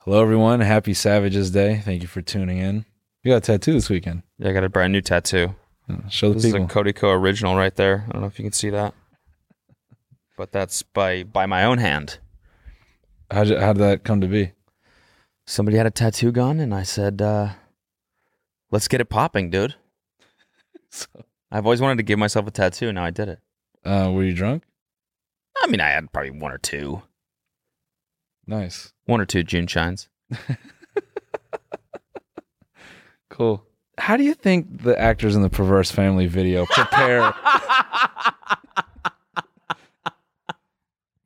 Hello, everyone. Happy Savages Day. Thank you for tuning in. You got a tattoo this weekend. Yeah, I got a brand new tattoo. Show the This people. is a Cody Co original right there. I don't know if you can see that, but that's by by my own hand. how'd, you- how'd that come to be? Somebody had a tattoo gun, and I said, uh, "Let's get it popping, dude." I've always wanted to give myself a tattoo. Now I did it. Uh, were you drunk? I mean, I had probably one or two, Nice. one or two June shines. Cool. How do you think the actors in the Perverse Family video prepare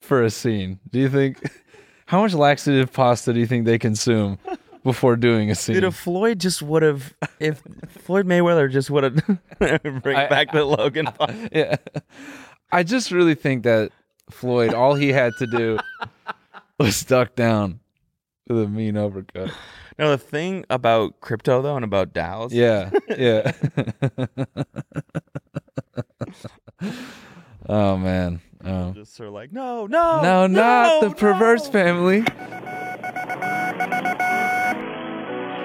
for a scene? Do you think how much laxative pasta do you think they consume before doing a scene? Dude, if Floyd just would have, if Floyd Mayweather just would have bring I- back the Logan, Paul. yeah. I just really think that Floyd, all he had to do was duck down with a mean overcut. no, the thing about crypto though, and about DAOs, Yeah, yeah. oh man. Oh. just sort of like, no, no, No, not the perverse no." family.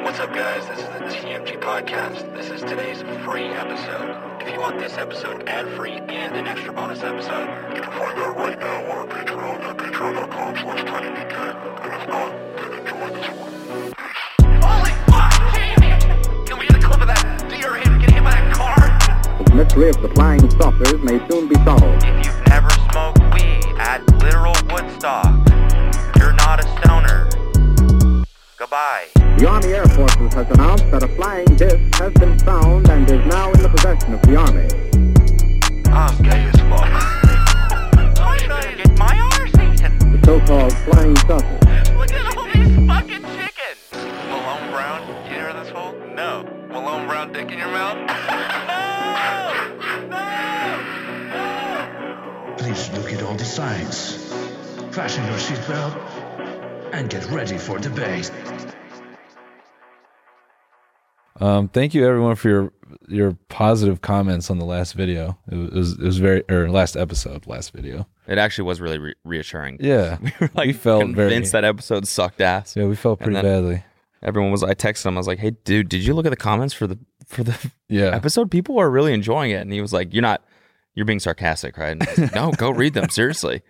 What's up, guys? This is the TMG Podcast. This is today's free episode. If you want this episode ad-free and an extra bonus episode, you can find that right now on our Patreon at patreon.com slash tinydk. And if not, then enjoy this one. Holy fuck! Can we get a clip of that deer him getting hit by that car? The mystery of the flying saucers may soon be solved. If you've never smoked weed at literal Woodstock, you're not a stoner. Goodbye. The Army Air Forces has announced that a flying disc has been found and is now in the possession of the Army. I'm gay as fuck. I'm trying to get my arse eaten. The so-called flying saucer. Look at all these fucking chickens. Malone Brown, you hear this hole? No. Malone Brown dick in your mouth? no! No! Please look at all the signs. Fasten your seatbelt and get ready for debate. Um, thank you everyone for your your positive comments on the last video. It was it was, it was very or last episode, last video. It actually was really re- reassuring. Yeah, we, were, like, felt very convinced that episode sucked ass. yeah we felt and pretty then- badly. Everyone was. I texted him. I was like, "Hey, dude, did you look at the comments for the for the Yeah, episode? People are really enjoying it." And he was like, "You're not. You're being sarcastic, right?" And I was like, no, go read them seriously.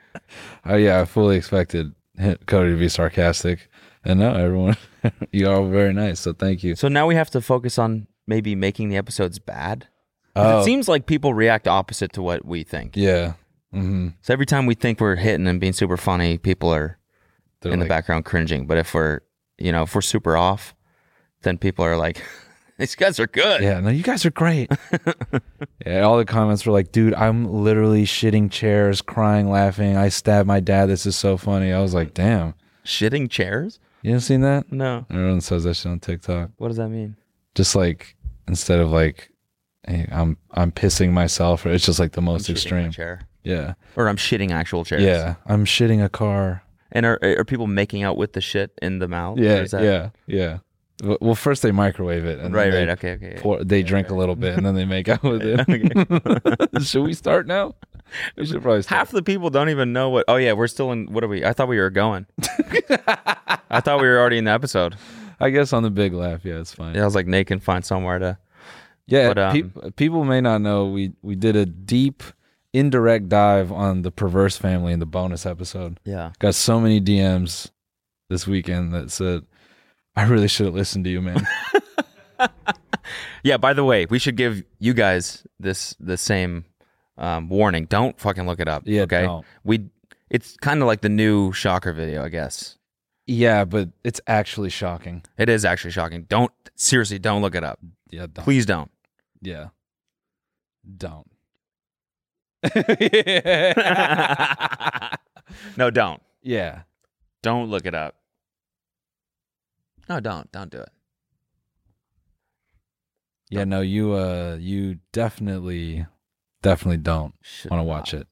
oh yeah, I fully expected him- Cody to be sarcastic, and no, everyone you all were very nice. So thank you. So now we have to focus on maybe making the episodes bad. 'Cause Oh. It seems like people react opposite to what we think. Yeah, mm-hmm. So every time we think we're hitting and being super funny, people are in the background cringing. But if we're, you know, if we're super off, then people are like, these guys are good. Yeah, no, you guys are great. yeah, all the comments were like, dude, I'm literally shitting chairs, crying, laughing. I stabbed my dad. This is so funny. I was like, damn, Shitting chairs? you haven't seen that? No. Everyone says that shit on TikTok. What does that mean? Just like instead of like, hey, I'm I'm pissing myself, or it's just like the most I'm shitting my extreme. chair. Yeah, Or I'm shitting actual chairs. yeah, I'm shitting a car. And are, are people making out with the shit in the mouth? Or Yeah, is that- yeah, yeah. W- Well, first they microwave it, and then Right, they right. Okay, okay. pour- they drink a little bit, and then they make out with it. should we start now? We should probably start. Half the people don't even know what. Oh, yeah, we're still in. What are we? I thought we were going. I thought we were already in the episode. I guess on the big laugh, yeah, it's fine. Yeah, I was like, Nate can find somewhere to. Yeah, But, um, peop- people may not know we we did a deep indirect dive on the perverse family in the bonus episode. Yeah. Got so many DMs this weekend that said, "I really should have listened to you, man." Yeah, by the way, we should give you guys this the same um, warning. Don't fucking look it up. Yeah, okay. don't. We it's kind of like the new shocker video, I guess. yeah, but it's actually shocking. It is actually shocking. Don't seriously, don't look it up. Yeah, don't. Please don't. yeah, don't. no, don't. Yeah, Don't look it up. No, don't. Don't do it. Yeah, no, you uh you definitely definitely don't Should want to watch it.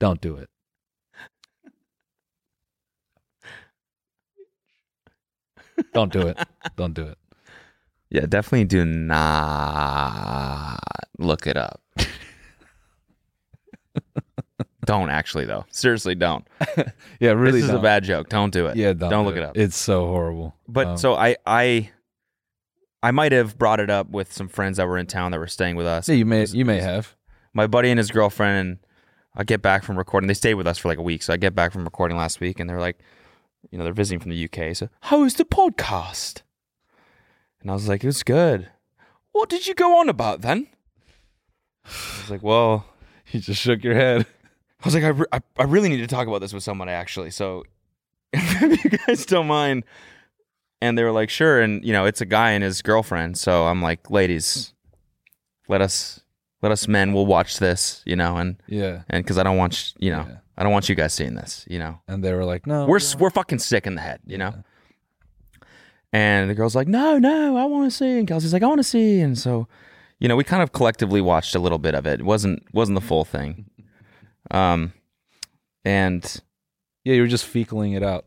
don't do it. don't do it. Don't do it. Yeah, definitely do not look it up. don't actually though. Seriously, don't. Yeah, really this is don't. a bad joke. Don't do it. Yeah, don't, don't do look it up. It's so horrible. But Um, so I I I might have brought it up with some friends that were in town that were staying with us. yeah, you may you may have. My buddy and his girlfriend and I get back from recording. They stayed with us for like a week, so I get back from recording last week and they're like, you know, they're visiting from the UK. So, how is the podcast? And I was like, it was good. What did you go on about then? I was like, well, You just shook your head. I was like, I, re- I, I really need to talk about this with someone actually. So if you guys don't mind. And they were like, sure. And you know, it's a guy and his girlfriend. So I'm like, ladies, let us, let us men, we'll watch this, you know, and, Yeah. and cause I don't want, sh- you know, Yeah. I don't want you guys seeing this, you know, And they were like, "No, we're, s- we're fucking sick in the head, you know? And the girl's like, no, no, I want to see. And Kelsey's like, I want to see. And so, you know, we kind of collectively watched a little bit of it. It wasn't, wasn't the full thing. Um, and yeah, you were just fecaling it out."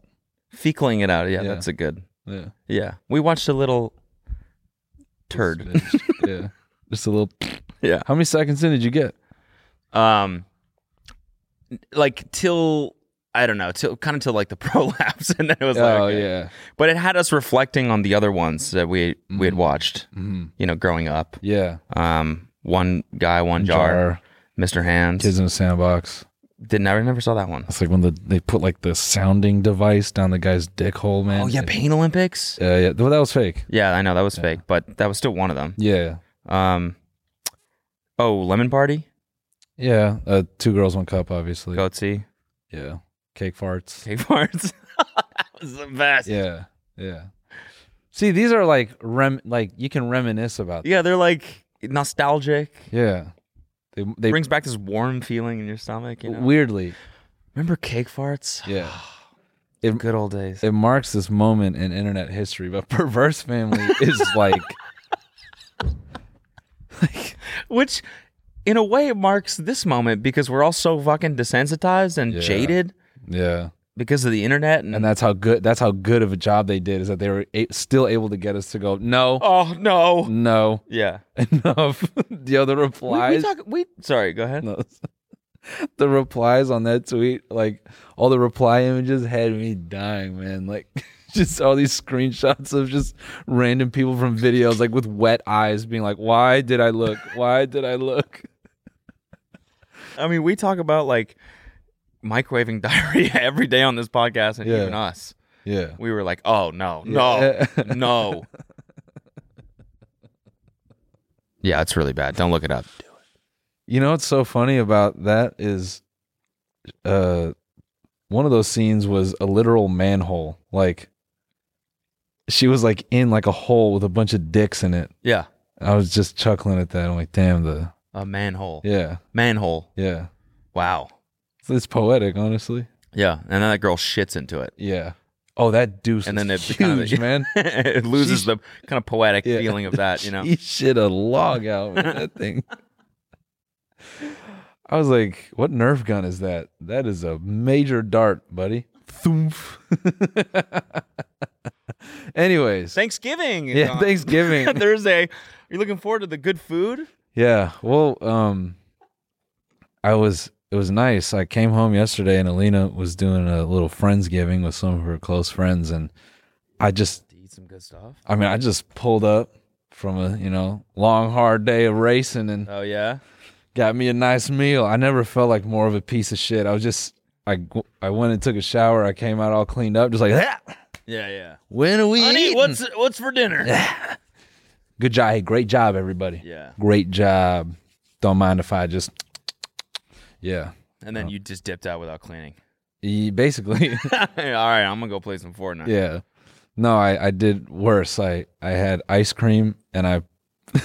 fecaling it out. Yeah, Yeah. that's a good. Yeah. Yeah. We watched a little turd. Just- yeah. Just a little Yeah. How many seconds in did you get? Um like till I don't know, till kind of till like the prolapse and then it was like oh okay. yeah. But it had us reflecting on the other ones that we we had watched, Mhm. you know, growing up. Yeah. Um one guy, one jar, Mr. Hands. Kids in a sandbox. Didn't I never saw that one. That's like when the they put like the sounding device down the guy's dick hole, man. uh, Oh yeah, Pain Olympics. Yeah, yeah. Well, that was fake. Yeah, I know that was fake, but that was still one of them. Yeah. Um Oh, Lemon Party? Yeah. Uh, two girls, one cup, obviously. Go see. Yeah. Cake farts. Cave farts. that was the best. Yeah. Yeah. Yeah. See, these are like rem like you can reminisce about. they're like nostalgic. Yeah. They they Brings back this warm feeling in your stomach. You know? weirdly. Remember cake farts? Yeah. Good old days. it marks this moment in internet history, but perverse family is like Which, in a way, it marks this moment because we're all so fucking desensitized and Yeah. jaded yeah. because of the internet. And, And that's how good that's how good of a job they did is that they were a- still able to get us to go no, oh no. no, Yeah. enough. the other We, we replies talk. We sorry. Go ahead. no. the replies on that tweet, like all the reply images had me dying, man. Like just all these screenshots of just random people from videos, like with wet eyes, being like, "Why did I look? Why did I look?" I mean, we talk about like microwaving diarrhea every day on this podcast, and Yeah. even us. Yeah, We were like, oh no, no, no. Yeah, it's really bad. Don't look it up. you know what's so funny about that is, uh, one of those scenes was a literal manhole, like. She was like in like a hole with a bunch of dicks in it. Yeah. I was just chuckling at that. I'm like, damn the A manhole. yeah, Manhole. yeah. Wow. It's, it's poetic, honestly. Yeah. And then that girl shits into it. Yeah. Oh, that deuce And is then it huge, kinda- man. it loses Sheesh. the kind of poetic Yeah. feeling of that, you know? he shit a log out with that thing. I was like, "What Nerf gun is that? That is a major dart, buddy." Thoomph. Anyways, Thanksgiving. is yeah, on Thanksgiving. Thursday. Are you looking forward to the good food? Yeah. Well, um I was it was nice. I came home yesterday and Alina was doing a little friendsgiving with some of her close friends and I just To eat some good stuff. I mean, I just pulled up from a, you know, long hard day of racing and Oh, yeah. got me a nice meal. I never felt like more of a piece of shit. I was just I I went and took a shower. I came out all cleaned up just like, "Ah, Yeah, yeah. "When are we Honey, eating?" what's what's for dinner? Good job. Hey, great job everybody. yeah. Great job. Don't mind if I just Yeah. And then you just dipped out without cleaning. E- Basically, All right, I'm gonna go play some Fortnite. yeah. No, I, I did worse. I, I had ice cream and I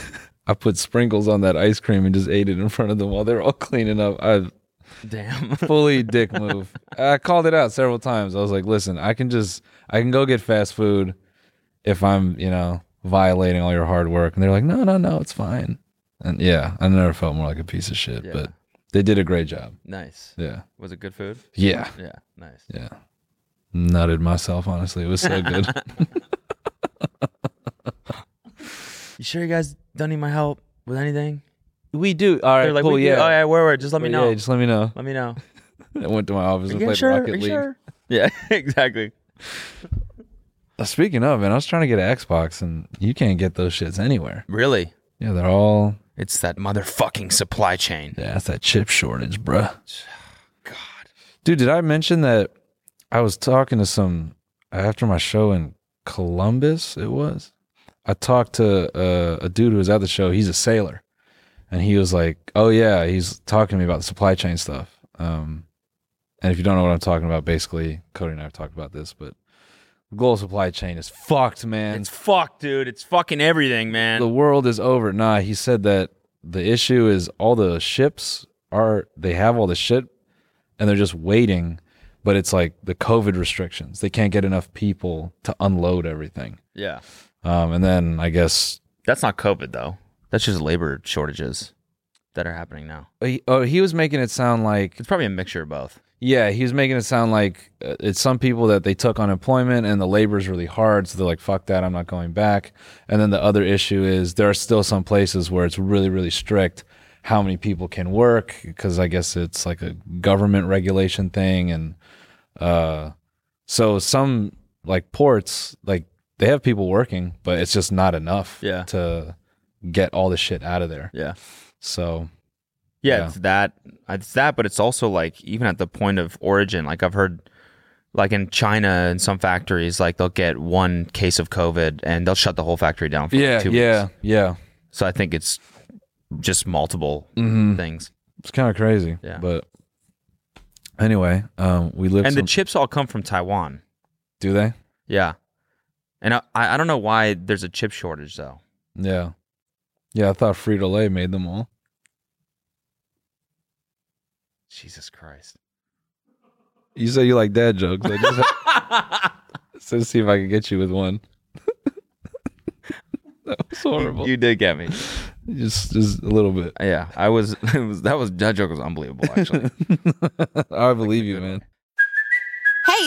I put sprinkles on that ice cream and just ate it in front of them while they're all cleaning up. I Damn. fully dick move. I called it out several times. I was like, listen, I can just I can go get fast food if I'm, you know, violating all your hard work. And they're like, no, no, no, it's fine. And yeah, I never felt more like a piece of shit, Yeah. but they did a great job. nice. Yeah. Was it good food? Yeah. Yeah. Nice. Yeah. Nutted myself, honestly. It was so good. You sure you guys don't need my help with anything? we do. All right, They're like, cool. we do- yeah. Oh, yeah, where, where? Just let me Yeah, know. just let me know. let me know. I went to my office and Are you played sure? Are Rocket you League. sure? Yeah, exactly. Uh, Speaking of, man, I was trying to get an Xbox and you can't get those shits anywhere. Really? Yeah, they're all It's that motherfucking supply chain. Yeah, it's that chip shortage, bruh. God. Dude, did I mention that I was talking to some after my show in Columbus? It was. I talked to uh, a dude who was at the show. He's a sailor, and he was like, "Oh yeah," he's talking to me about the supply chain stuff. Um, and if you don't know what I'm talking about, basically, Cody and I have talked about this, but the global supply chain is fucked, man It's fucked, dude. It's fucking everything, man. the world is over. Nah, he said that the issue is all the ships are they have all the shit and they're just waiting, but it's like the COVID restrictions. They can't get enough people to unload everything. yeah. Um, and then I guess That's not COVID though. That's just labor shortages that are happening now. he, oh, he was making it sound like It's probably a mixture of both. yeah, he was making it sound like uh, it's some people that they took unemployment and the labor's really hard, so they're like fuck that, I'm not going back. And then the other issue is there are still some places where it's really really strict how many people can work because I guess it's like a government regulation thing and uh so some like ports like they have people working but it's just not enough Yeah. to get all the shit out of there. Yeah. So Yeah, Yeah. it's that. It's that, but it's also like even at the point of origin, like I've heard like in China in some factories, like they'll get one case of COVID and they'll shut the whole factory down for like, yeah, two yeah, weeks. yeah. So I think it's just multiple Mm-hmm. Mm. things. It's kind of crazy. Yeah. But anyway, um, we live. And the some- chips all come from Taiwan. do they? Yeah. And I, I I don't know why there's a chip shortage though. Yeah. Yeah, I thought Frito Lay made them all. Jesus Christ. You say you like dad jokes. I just so see if I can get you with one. that was horrible. You did get me. just just a little bit. Yeah, I was, it was that was that joke was unbelievable actually. I believe you, man. Hey,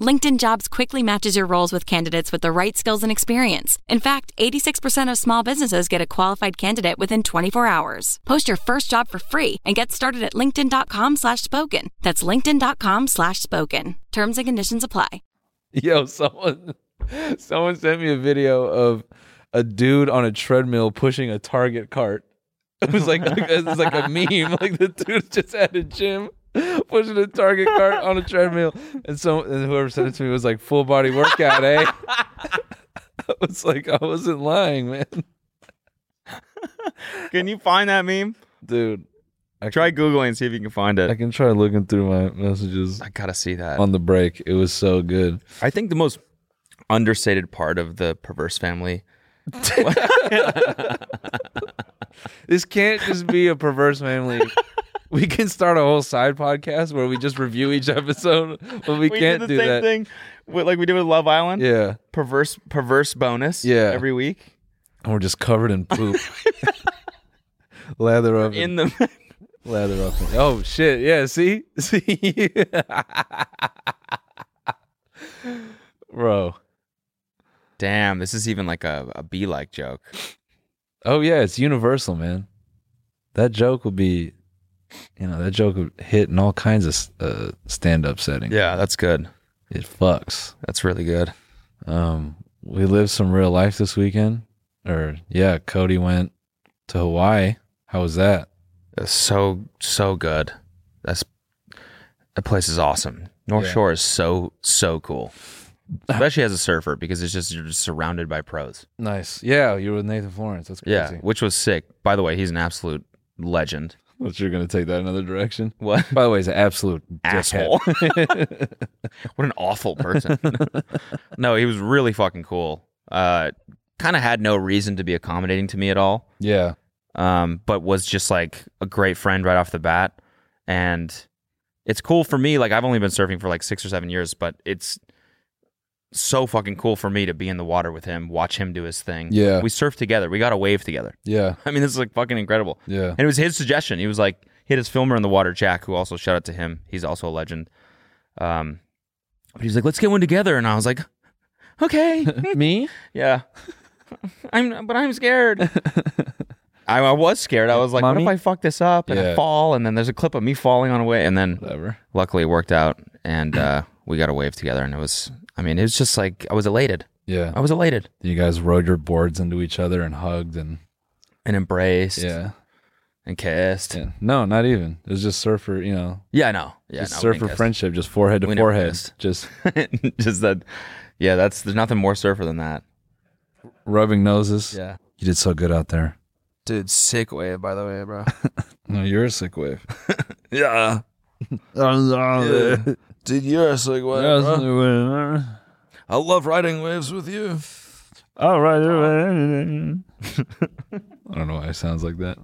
LinkedIn Jobs quickly matches your roles with candidates with the right skills and experience. In fact, 86% of small businesses get a qualified candidate within 24 hours. Post your first job for free and get started at linkedin.com slash spoken. That's linkedin.com slash spoken. Terms and conditions apply. Yo, someone someone sent me a video of a dude on a treadmill pushing a Target cart. It was like it was like a meme. Like the dude's just at a gym pushing a Target cart on a treadmill, and so and whoever sent it to me was like full body workout, eh? I was like, I wasn't lying, man, Can you find that meme? dude. I Try Googling and see if you can find I it. can try looking through my messages I gotta see that. on the break. It was so good. I think the most understated part of the perverse family. This can't just be a perverse family. We can start a whole side podcast where we just review each episode, but we, can't do that. thing with, like we did with Love Island. Yeah, Perverse perverse bonus Yeah. every week. and we're just covered in poop. lather up In and- the lather up. and- oh shit! Yeah, see, see, bro. Damn, this is even like a, a be like joke. Oh yeah, it's universal, man. That joke will be You know that joke would hit in all kinds of uh, stand-up settings. Yeah, that's good. It fucks. That's really good. Um, we lived some real life this weekend. Or yeah, Cody went to Hawaii. How was that? That's so so good. That's that place is awesome. North Yeah. Shore is so so cool, especially as a surfer because it's just you're just surrounded by pros. Nice. Yeah, you were with Nathan Florence. That's Yeah, crazy. which was sick. By the way, he's an absolute legend. But you're gonna take that another direction. What By the way, he's an absolute asshole? dickhead. what an awful person. no, he was really fucking cool. Uh, kind of had no reason to be accommodating to me at all. yeah. um, but was just like a great friend right off the bat. And it's cool for me. Like I've only been surfing for like six or seven years, but it's so fucking cool for me to be in the water with him, watch him do his thing. Yeah. we surfed together. We got a wave together. Yeah. I mean, this is like fucking incredible. Yeah. And it was his suggestion. He was like, he had his filmer in the water, Jack, who also shout out to him. He's also a legend. Um, but he was like, let's get one together. And I was like, okay. Me? Yeah. I'm but I'm scared. I, I was scared. I was like, Mommy? what if I fuck this up and I Yeah. fall and then there's a clip of me falling on a wave and then Whatever. luckily it worked out and uh, we got a wave together and it was I mean, it was just like I was elated. Yeah. I was elated You guys rode your boards into each other and hugged and and embraced yeah. and kissed. Yeah, yeah. No, not even. It was just surfer, you know, I know. Yeah, just no, we surfer didn't kiss. friendship, just forehead to We never forehead, kissed. just just that yeah, that's there's nothing more surfer than that. rubbing noses. Yeah. You did so good out there. Dude, sick wave by the way, bro. No, you're a sick wave. yeah. Dude, you're a sick wave. I love riding waves with you. All right. I don't know why it sounds like that.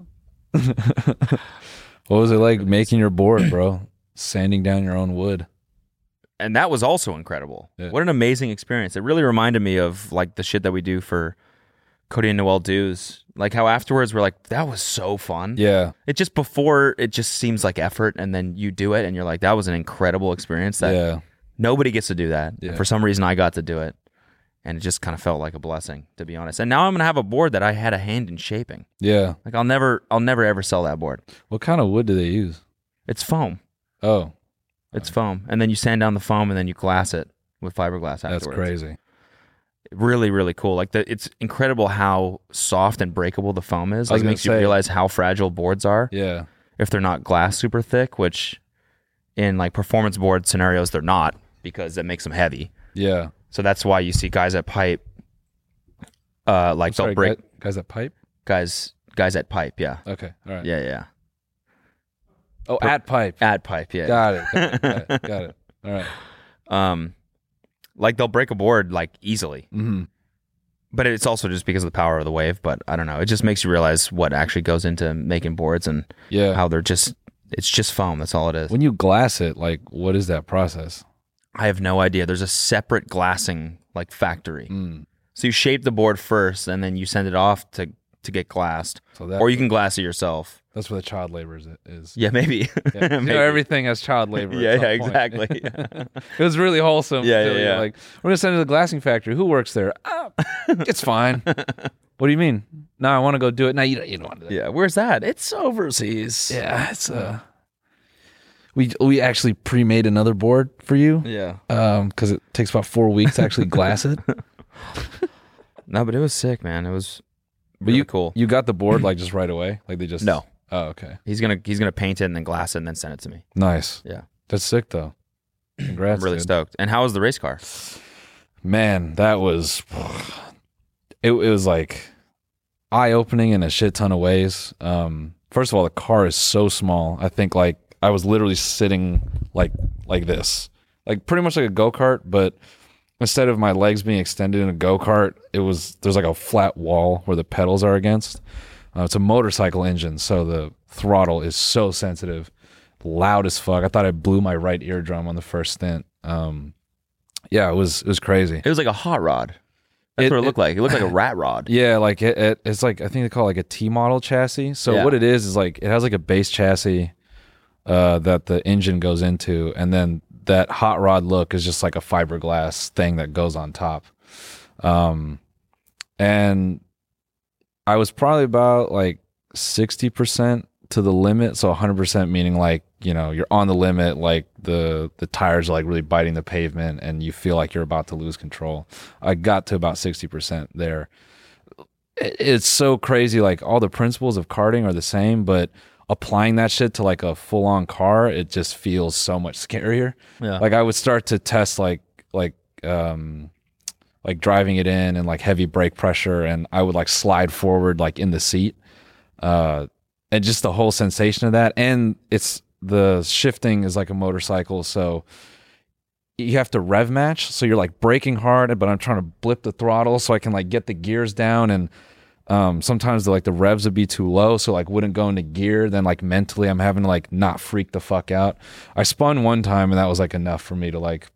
what was it like making your board, bro? Sanding down your own wood. and that was also incredible. Yeah. What an amazing experience! It really reminded me of like the shit that we do for Cody and Noel Dews. Like how afterwards we're like, that was so fun. Yeah. It just before it just seems like effort, and then you do it, and you're like, that was an incredible experience. That yeah. nobody gets to do that. Yeah. For some reason, I got to do it, and it just kind of felt like a blessing, to be honest. And now I'm gonna have a board that I had a hand in shaping. Yeah. Like I'll never, I'll never ever sell that board. What kind of wood do they use? It's foam. Oh, It's foam, and then you sand down the foam, and then you glass it with fiberglass afterwards. that's crazy. really really cool like the, it's incredible how soft and breakable the foam is I like was it gonna makes you say- realize how fragile boards are Yeah. if they're not glass super thick which in like performance board scenarios they're not because that makes them heavy Yeah. so that's why you see guys at pipe uh like they'll Sorry, break guy- guys that pipe? guys guys at pipe yeah Okay. All right. yeah yeah Oh, at pipe. at pipe yeah Got it. Got it. Got it. Got it. All right. um like they'll break a board like easily Mhm. but it's also just because of the power of the wave but i don't know it just makes you realize what actually goes into making boards and Yeah. how they're just it's just foam that's all it is when you glass it, like, what is that process? i have no idea there's a separate glassing like factory Mm. so you shape the board first and then you send it off to to get glassed So that, or you can glass it yourself that's where the child labor is. is. yeah maybe, Yeah. You know, Maybe. everything has child labor. at yeah, some yeah point. exactly It was really wholesome. Yeah, until yeah, you're yeah. Like we're gonna send it to the glassing factory. Who works there? "Ah, it's fine. what do you mean? No, I want to go do it. No, you don't. You don't want to. Do that. yeah where's that it's overseas Yeah, it's uh, we we actually pre-made another board for you. yeah Um, because it takes about four weeks to actually glass it. But no but it was sick man it was really you cool You got the board like just right away. Like they just No. Oh, okay. he's gonna he's gonna paint it and then glass it and then send it to me Nice. yeah That's sick though. Congrats. i'm really dude. stoked and how was the race car Man, that was it, it was like eye opening in a shit ton of ways. Um first of all, the car is so small. I think like I was literally sitting like like this. Like pretty much like a go-kart, but instead of my legs being extended in a go-kart, it was there's like a flat wall where the pedals are against. Uh, it's a motorcycle engine, so the throttle is so sensitive. Loud as fuck. I thought I blew my right eardrum on the first stint. Um yeah, it was it was crazy. it was like a hot rod that's It- what it it- looked like it looked like a rat rod Yeah, like it, it, it's like I think they call it like a T model chassis. So Yeah. what it is is like it has like a base chassis uh, that the engine goes into, and then that hot rod look is just like a fiberglass thing that goes on top. Um, and I was probably about like sixty percent to the limit. So 100% meaning like, you know, you're on the limit, like the, the tires are like really biting the pavement and you feel like you're about to lose control. I got to about 60% there. It- It's so crazy. Like all the principles of karting are the same, but applying that shit to like a full on car, it just feels so much scarier. Yeah. Like I would start to test like, like, um, like driving it in and like heavy brake pressure and I would like slide forward like in the seat. Uh and just the whole sensation of that and it's the shifting is like a motorcycle so you have to rev match so you're like braking hard but I'm trying to blip the throttle so I can like get the gears down and um sometimes like the revs would be too low so like wouldn't go into gear then like mentally I'm having to like not freak the fuck out. I spun one time and that was like enough for me to like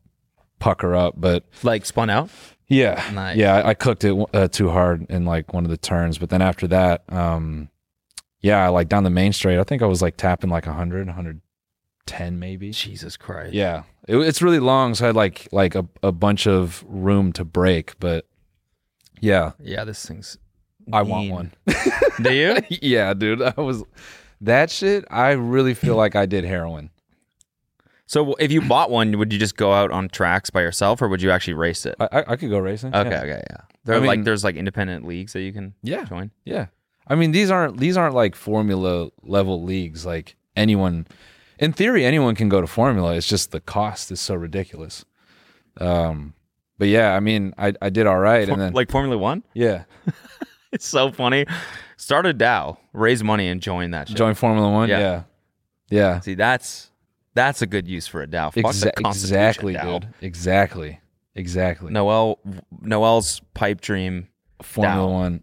pucker up but Like spun out. yeah. Nice. Yeah, I, I cooked it uh, too hard in like one of the turns, but then after that, um yeah, like down the main straight, I think I was like tapping like 100, 110 maybe. Jesus Christ. Yeah. It, it's really long, so I had like like a, a bunch of room to break, but yeah, Yeah. This thing's. I want mean. one. Do you? yeah, dude. I was that shit, I really feel like I did heroin. so if you bought one, would you just go out on tracks by yourself, or would you actually race it? I I, I could go racing. okay. Uh, Yeah. Okay. Yeah. There I are like mean- there's like independent leagues that you can Yeah. join. Yeah. I mean these aren't these aren't like formula level leagues like anyone in theory anyone can go to formula it's just the cost is so ridiculous. Um but yeah, I mean I I did all right and then like Formula One. yeah, It's so funny. Start a DAO, raise money, and join that shit. join Formula 1. Yeah. Yeah. Yeah. See, that's that's a good use for a DAO. Fuck the Exa- Constitution, exactly, DAO. dude. Exactly. Exactly. Noel, Noel's pipe dream. Formula down. 1.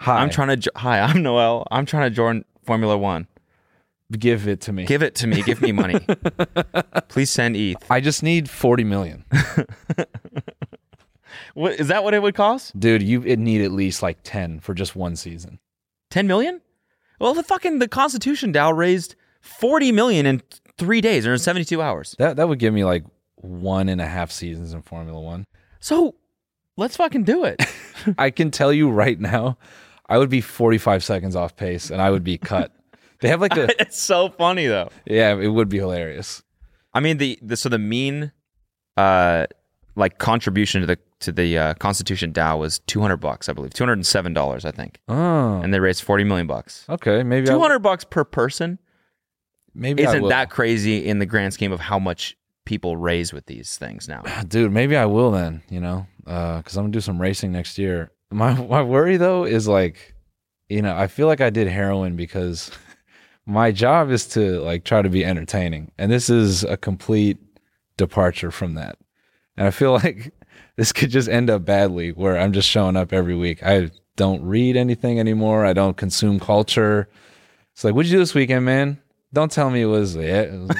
Hi. I'm trying to. jo- Hi, I'm Noel. I'm trying to join Formula One. to give it to me. Give it to me. Give me money. Please send E ETH. I just need 40 million. What is that? What it would cost? Dude, you it need at least like 10 for just one season. Ten million? Well, the fucking the Constitution Dow raised forty million in three days or in seventy-two hours. That that would give me like one and a half seasons in Formula 1. So let's fucking do it. I can tell you right now, I would be 45 seconds off pace and I would be cut. they have like a it's so funny though. yeah, it would be hilarious. I mean the, the so the mean uh like contribution to the to the uh, Constitution Dow was two hundred bucks, I believe. Two hundred and seven dollars, I think. Oh, And they raised forty million bucks. okay, maybe Two I, hundred bucks per person maybe I isn't will. that crazy in the grand scheme of how much people raise with these things now. dude? Maybe I will then. You know, because I'm gonna do some racing next year. My my worry though is like, you know, I feel like I did heroin because my job is to like try to be entertaining, and this is a complete departure from that. And I feel like this could just end up badly where I'm just showing up every week. I don't read anything anymore. I don't consume culture. It's like, what'd you do this weekend, man? Don't tell me it was, yeah, it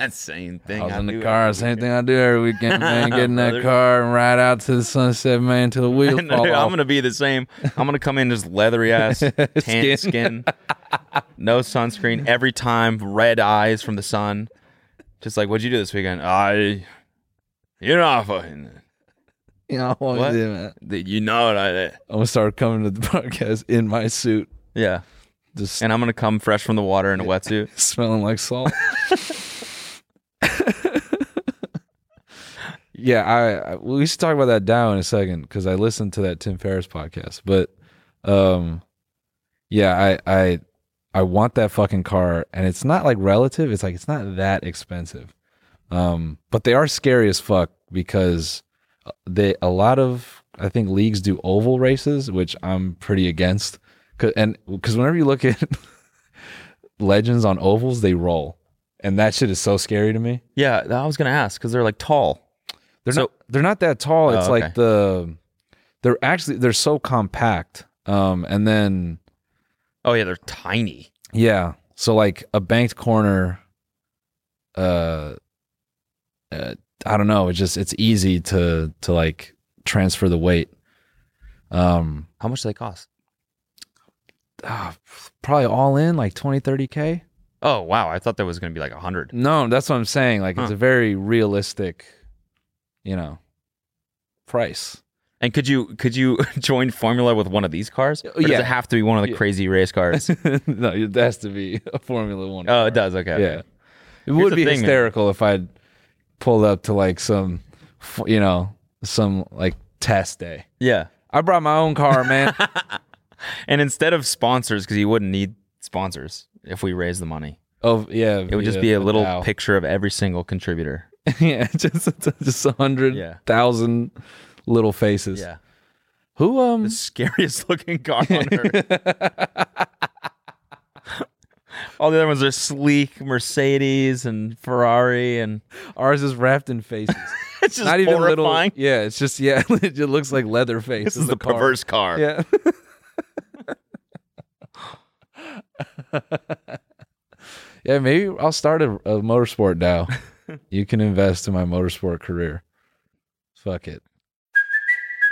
was Same thing. I was I in the do car, every same weekend. thing I do every weekend, man. Get in that Brother. car and ride out to the sunset, man, till the wheels And, fall dude, I'm off. gonna be the same. I'm gonna come in just leathery ass, tan Skin. skin, no sunscreen every time, red eyes from the sun. Just like, what'd you do this weekend? I, you know, I fucking, You know, what I'm What? gonna do, man. that you know what I did. I'm gonna start coming to the podcast in my suit, Yeah, just and I'm gonna come fresh from the water in a wetsuit. smelling like salt. yeah, I, I we should talk about that Dow in a second because I listened to that Tim Ferriss podcast, but um, yeah, I I I want that fucking car, and it's not like relative. It's like it's not that expensive, um, but they are scary as fuck because uh, they a lot of I think leagues do oval races, which I'm pretty against. 'Cause- and because whenever you look at legends on ovals, they roll, and that shit is so scary to me. Yeah, I was gonna ask because they're like tall. They're So- not they're not that tall. Oh, It's okay. like the they're actually they're so compact. Um, and then Oh yeah, they're tiny. yeah, so like a banked corner. Uh, uh I don't know. It's just it's easy to to like transfer the weight. Um, How much do they cost? ah, probably all in like 20, 30 k. Oh wow, I thought there was gonna be like a hundred. No, that's what I'm saying. Like Huh. it's a very realistic, you know, price. And could you could you join Formula with one of these cars? Or Does yeah. it have to be one of the crazy race cars? no, it has to be a Formula One. oh, it does. Okay. okay. yeah. It would the be thing, man. hysterical if I'd pulled up to like some, f- you know, some like test day. Yeah. I brought my own car, man. And instead of sponsors, because you wouldn't need sponsors if we raise the money, oh yeah, it would just be a little picture. picture of every single contributor. yeah, just just a Yeah. hundred thousand little faces. Who um The scariest looking car on earth. All the other ones are sleek Mercedes and Ferrari and ours is wrapped in faces. it's just Not even horrifying. little. Yeah, it's just yeah, it just looks like leather face. This in is the car. perverse car. Yeah. yeah, maybe I'll start a, a motorsport now. you can invest in my motorsport career. Fuck it.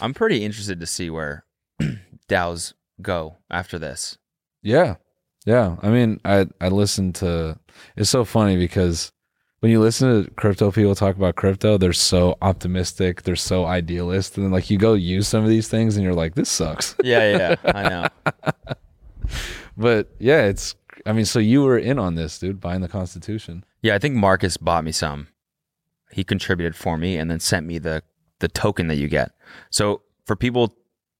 I'm pretty interested to see where DAOs go after this. Yeah. Yeah. I mean, I I listened to it's so funny because when you listen to crypto people talk about crypto, they're so optimistic, they're so idealist, and then like you go use some of these things and you're like, this sucks. Yeah, yeah, yeah. I know. but yeah, it's I mean, so you were in on this, dude, buying the Constitution. Yeah, I think Marcus bought me some. He contributed for me and then sent me the the token that you get. So for people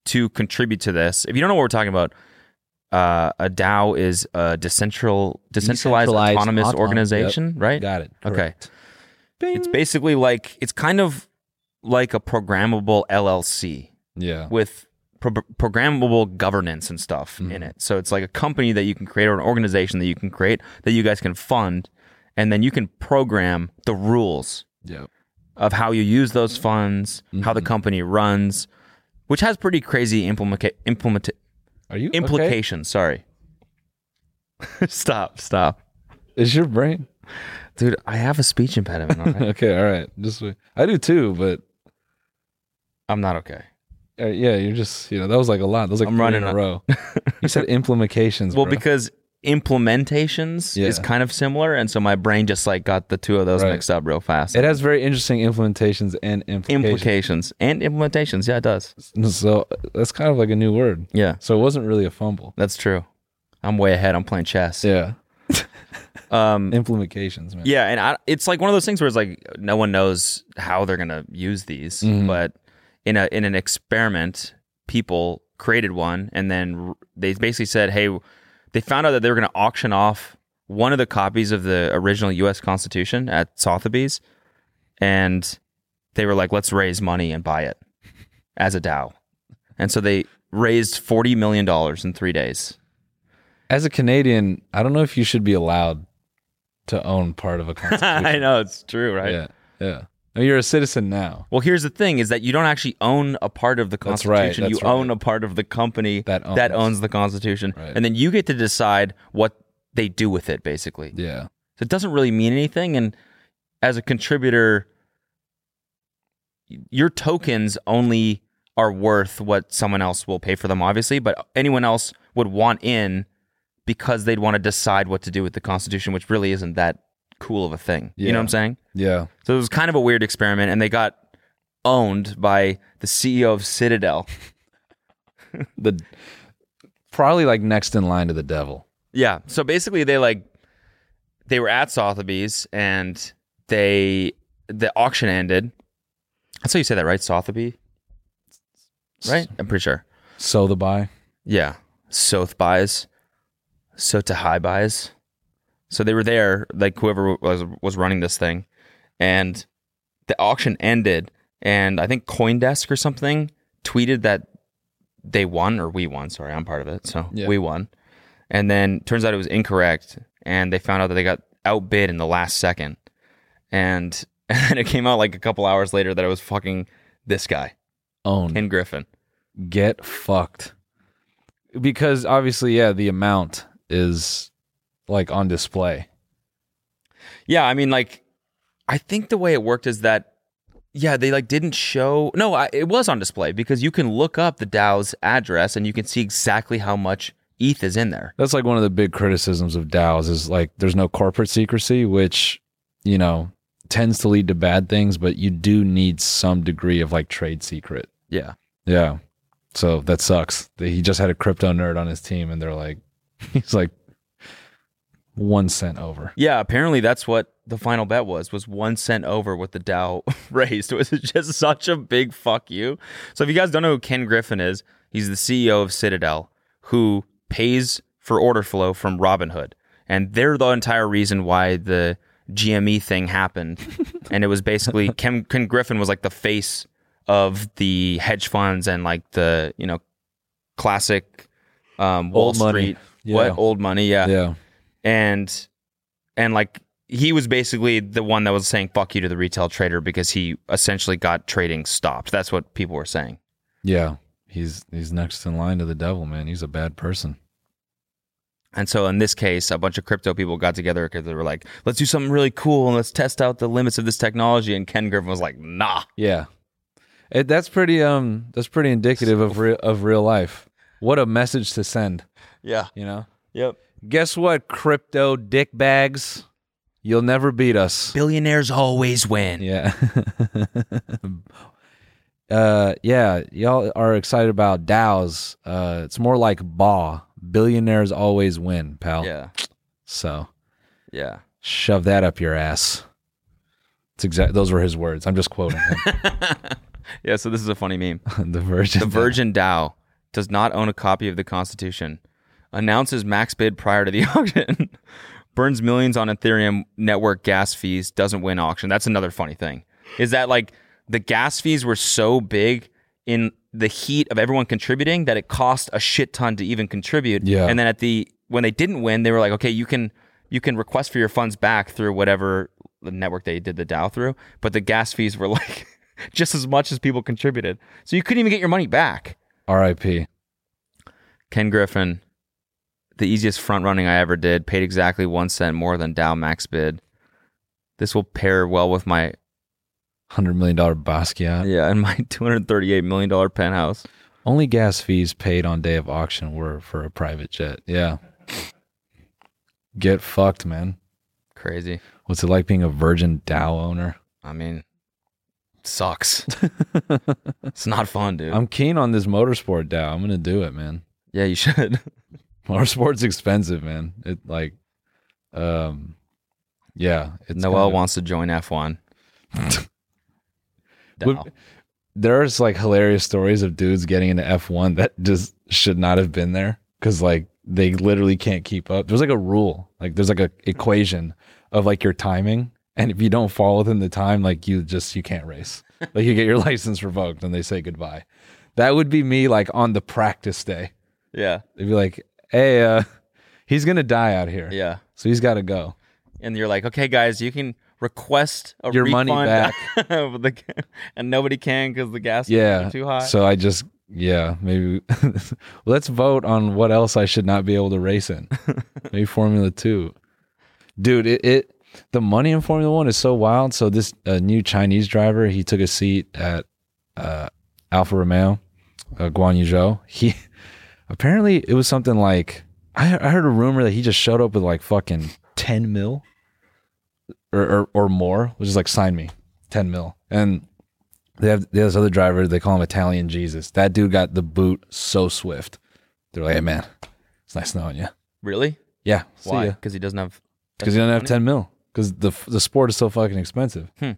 to contribute to this, if you don't know what we're talking about, uh, a DAO is a decentral, decentralized, Decentralized autonomous autonom- organization, right? Got it. Okay. Correct. It's basically like it's kind of like a programmable LLC Yeah. with pro- programmable governance and stuff Mm-hmm. in it. So it's like a company that you can create or an organization that you can create that you guys can fund, and then you can program the rules Yeah. of how you use those Mm-hmm. funds, how the company runs, which has pretty crazy implica- implement- Are you okay? implications. Sorry. stop, stop. Is your brain Dude, I have a speech impediment. all right? okay? All right. Just wait. I do too, but I'm not okay. uh, yeah, you're just you know that was like a lot. That was like I'm three running in a up. row. you said implications. Well, bro. because implementations is Yeah. kind of similar, and so my brain just like got the two of those Right. mixed up real fast. it has very interesting implementations and implications. implications and implementations. Yeah, it does. So that's kind of like a new word. Yeah, So it wasn't really a fumble. that's true. I'm way ahead. I'm playing chess. Yeah. Um, Implications, man. yeah, and I, it's like one of those things where it's like no one knows how they're gonna use these, but in a in an experiment, people created one, and then r- they basically said, "Hey, they found out that they were gonna auction off one of the copies of the original U.S. Constitution at Sotheby's, and they were like, let's raise money and buy it as a DAO," and so they raised forty million dollars in three days. As a Canadian, I don't know if you should be allowed to own part of a constitution. I know it's true, right? Yeah. Yeah. I mean, you're a citizen now Well, here's the thing: is that you don't actually own a part of the That's Constitution. right, you that's right. own a part of the company That owns. the Constitution, Right. and then you get to decide what they do with it. Basically, Yeah. so it doesn't really mean anything. And as a contributor, y- your tokens only are worth what someone else will pay for them, obviously. But anyone else would want in because they'd want to decide what to do with the Constitution, which really isn't that cool of a thing. You Yeah. know what I'm saying? Yeah. So it was kind of a weird experiment, and they got owned by the CEO of Citadel. The probably like next in line to the devil. Yeah. So basically, they like they were at Sotheby's, and they the auction ended. That's how you say that, right? Sotheby, right? I'm pretty sure. So the buy. Yeah. Soth buys, Sotahai buys. So they were there, like whoever was was running this thing, and the auction ended, and I think CoinDesk or something tweeted that they won or we won. Sorry, I'm part of it, so Yeah. we won. And then turns out it was incorrect, and they found out that they got outbid in the last second, and and it came out like a couple hours later that it was fucking this guy. owned. Ken Griffin. get fucked. Because obviously, yeah, the amount is like on display. Yeah, I mean, like, I think the way it worked is that, yeah, they like didn't show. No, I, it was on display because you can look up the DAO's address and you can see exactly how much ETH is in there. That's like one of the big criticisms of DAOs is like there's no corporate secrecy, which, you know, tends to lead to bad things, but you do need some degree of like trade secret. Yeah, Yeah. So that sucks. That He just had a crypto nerd on his team and they're like, he's like one cent over. yeah. Apparently, that's what the final bet was: was one cent over what the DAO raised. It was just such a big fuck you. So, if you guys don't know who Ken Griffin is, he's the CEO of Citadel, who pays for order flow from Robinhood, and they're the entire reason why the GME thing happened. and it was basically Ken, Ken Griffin was like the face of the hedge funds and like the you know classic um, Wall Old money. Street. Yeah. What old money? Yeah Yeah. and and like he was basically the one that was saying fuck you to the retail trader because he essentially got trading stopped. That's what people were saying. Yeah. He's he's next in line to the devil, man. He's a bad person. And so in this case, a bunch of crypto people got together because they were like, let's do something really cool and let's test out the limits of this technology. And Ken Griffin was like, nah. Yeah, it, that's pretty. Um, that's pretty indicative of real of real life. What a message to send. Yeah. You know. Yep. Guess what, crypto dick bags, you'll never beat us. Billionaires always win. Yeah. uh, yeah. Y'all are excited about DAOs. Uh, it's more like BA. Billionaires always win, pal. Yeah. So Yeah. shove that up your ass. It's exact. Those were his words. I'm just quoting him. Yeah. So this is a funny meme. the Virgin. The Virgin Dow does not own a copy of the Constitution, announces max bid prior to the auction, burns millions on Ethereum network gas fees, doesn't win auction. That's another funny thing. Is that like the gas fees were so big in the heat of everyone contributing that it cost a shit ton to even contribute. Yeah. And then at the when they didn't win, they were like, okay, you can you can request for your funds back through whatever network they did the DAO through, but the gas fees were like just as much as people contributed. So you couldn't even get your money back. R.I.P. Ken Griffin, the easiest front running I ever did, paid exactly one cent more than Dow Max bid. This will pair well with my Hundred million dollar Basquiat. yeah and my two hundred thirty eight million dollar penthouse. Only gas fees paid on day of auction were for a private jet. Yeah. Get fucked, man. Crazy. What's it like being a Virgin Dow owner? I mean, sucks. it's not fun, dude. I'm keen on this motorsport Dow. I'm gonna do it, man. yeah, you should. Motorsport's expensive, man. It like, um, yeah. It's Noel kinda- wants to join F one. Would- There's like hilarious stories of dudes getting into F1 that just should not have been there because like they literally can't keep up. There's like a rule, like there's like a equation of like your timing, and if you don't fall within the time, like you just you can't race. Like you get your license revoked and they say goodbye. That would be me like on the practice day. yeah, They'd be like, "Hey, uh, he's gonna die out here, yeah. so he's got to go." and you're like, okay, guys, you can request a Your money refund of the- and nobody can because the gas prices yeah are too high. so i just yeah maybe let's vote on what else i should not be able to race in maybe formula two dude it, it the money in formula one is so wild so this uh, new chinese driver he took a seat at uh alfa romeo uh, guan yu zhou he apparently it was something like I, I heard a rumor that he just showed up with like fucking 10 mil or, or, or more which is like sign me 10 mil and they have they have this other driver. They call him Italian Jesus. That dude got the boot so swift. They're like, hey man, it's nice knowing you. really? Yeah, see Why? ya. Because he doesn't have. Because you don't have ten mil. Because the the sport is so fucking expensive. Hmm.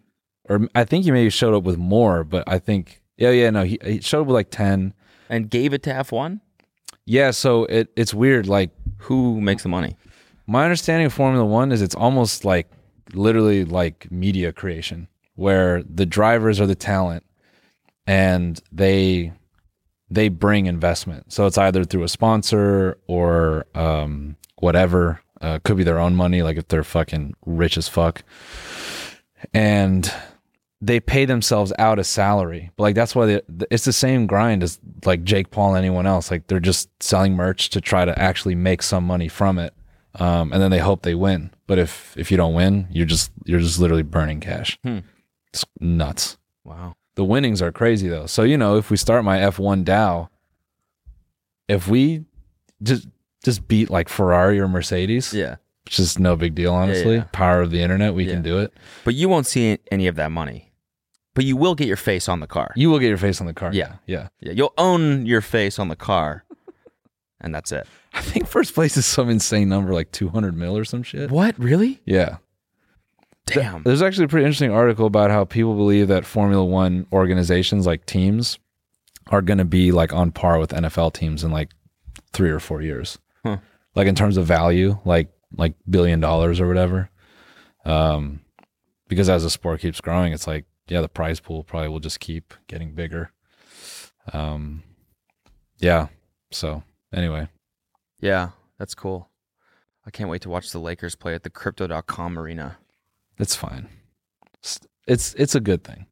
Or I think he maybe showed up with more, but I think yeah yeah no he, he showed up with like ten. And gave it to F1. Yeah, so it it's weird. Like Who makes the money? my understanding of Formula One is it's almost like literally like media creation, where the drivers are the talent and they they bring investment. So it's either through a sponsor or um, whatever. Uh, could be their own money, like if they're fucking rich as fuck. And they pay themselves out a salary. But like that's why they, it's the same grind as like Jake Paul and anyone else. Like they're just selling merch to try to actually make some money from it, um, and then they hope they win. But if if you don't win, you're just you're just literally burning cash. Hmm. It's nuts. Wow. The winnings are crazy though. So you know, if we start my F1 Dow, if we just just beat like Ferrari or Mercedes, Yeah. which is no big deal honestly. yeah. Power of the internet, we Yeah. can do it. But you won't see any of that money. But you will get your face on the car. You will get your face on the car. Yeah. yeah. yeah, you'll own your face on the car. And that's it. I think first place is some insane number, like 200 mil or some shit. What? Really? Yeah. Damn. There's actually a pretty interesting article about how people believe that Formula One organizations, like teams, are going to be like on par with NFL teams in like three or four years. Huh. Like in terms of value, like like billion dollars or whatever. Um, because as the sport keeps growing, it's like yeah, the prize pool probably will just keep getting bigger. Um, yeah. So anyway, yeah, that's cool. I can't wait to watch the Lakers play at the crypto.com arena. It's fine. It's- It's it's a good thing.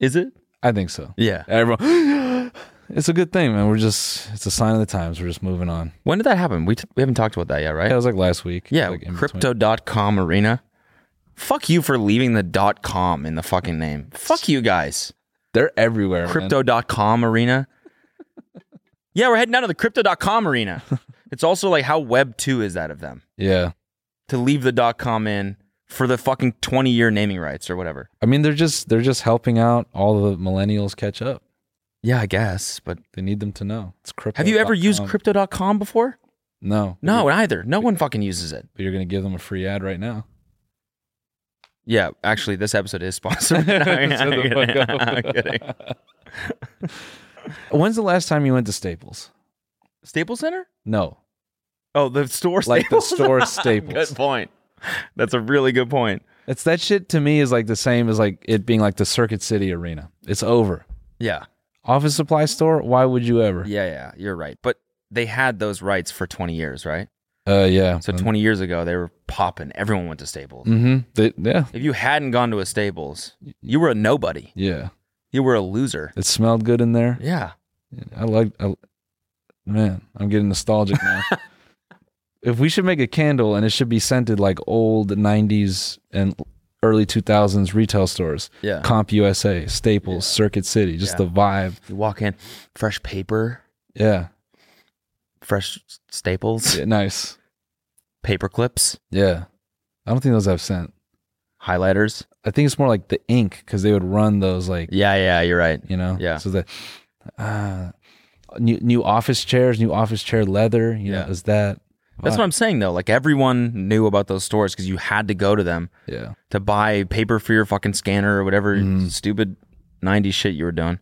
Is it? I think so. Yeah. Everyone, it's a good thing, man. We're just it's a sign of the times. We're just moving on. When did that happen? We, t- we haven't talked about that yet, right? That was like last week. yeah, like in between. crypto.com arena. Fuck you for leaving the dot .com in the fucking name. Fuck you guys. They're everywhere. man. Crypto.com arena. yeah, we're heading down to the crypto.com arena. it's also like how web 2 is that of them? Yeah. to leave the dot com in for the fucking 20 year naming rights or whatever. I mean, they're just they're just helping out all the millennials catch up. Yeah, I guess. But They need them to know. It's crypto. have you ever used com. crypto.com before? No. No, neither. No one fucking uses it. But you're gonna give them a free ad right now. Yeah, actually, this episode is sponsored. No, I'm Shut the kidding. fuck up. I'm kidding. When's the last time you went to Staples? Staples Center? No. Oh, the store Like the Staples. store Staples. good point. That's a really good point. It's that shit to me is like the same as like it being like the Circuit City Arena. It's over. Yeah. Office supply store? Why would you ever? Yeah, yeah, you're right. But they had those rights for 20 years, right? Uh, yeah. So 20 years ago, they were popping. Everyone went to Staples. Mm-hmm. Yeah. If you hadn't gone to a Staples, you were a nobody. Yeah. You were a loser. It smelled good in there. Yeah. I like. I, man, I'm getting nostalgic now. if we should make a candle and it should be scented like old '90s and early 2000s retail stores, Yeah. Comp USA, Staples, Circuit City, just Yeah. the vibe. You walk in, fresh paper, Yeah. fresh s- staples, yeah. Nice. paper clips, Yeah. I don't think those have scent. highlighters. I think it's more like the ink because they would run those like Yeah, yeah, you're right. you know Yeah. so that uh new new office chairs new office chair leather you Yeah. know uh, is that That's what I'm saying though. Like everyone knew about those stores because you had to go to them yeah to buy paper for your fucking scanner or whatever stupid 90s shit you were doing.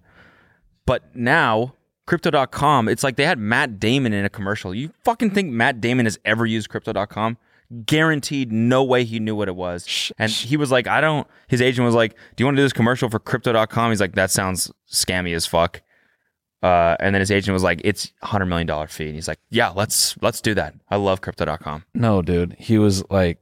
But now, crypto.com, it's like they had Matt Damon in a commercial. You fucking think Matt Damon has ever used crypto.com? Guaranteed, no way he knew what it was. And he was like, I don't, his agent was like, Do you want to do this commercial for crypto.com? He's like, That sounds scammy as fuck. Uh, and then his agent was like, "It's hundred million dollar fee," and he's like, "Yeah, let's let's do that. I love crypto.com." no dude he was like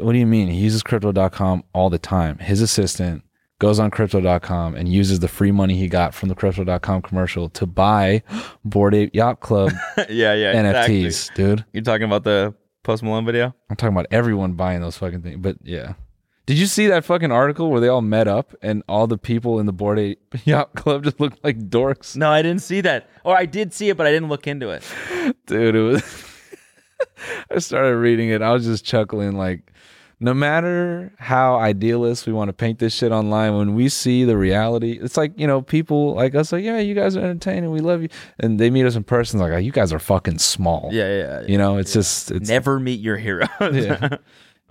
what do you mean he uses crypto.com all the time his assistant goes on crypto.com and uses the free money he got from the crypto.com commercial to buy board ape yacht club yeah, yeah, nfts dude You're talking about the Post Malone video? i'm talking about everyone buying those fucking things but yeah did you see that fucking article where they all met up and all the people in the board ape yacht club just looked like dorks No, I didn't see that. Or I did see it, but I didn't look into it. dude it was i started reading it i was just chuckling like no matter how idealist we want to paint this shit online when we see the reality it's like you know people like us like yeah you guys are entertaining we love you and they meet us in person like oh, you guys are fucking small Yeah, yeah. yeah. you know it's just it's Never meet your heroes. yeah.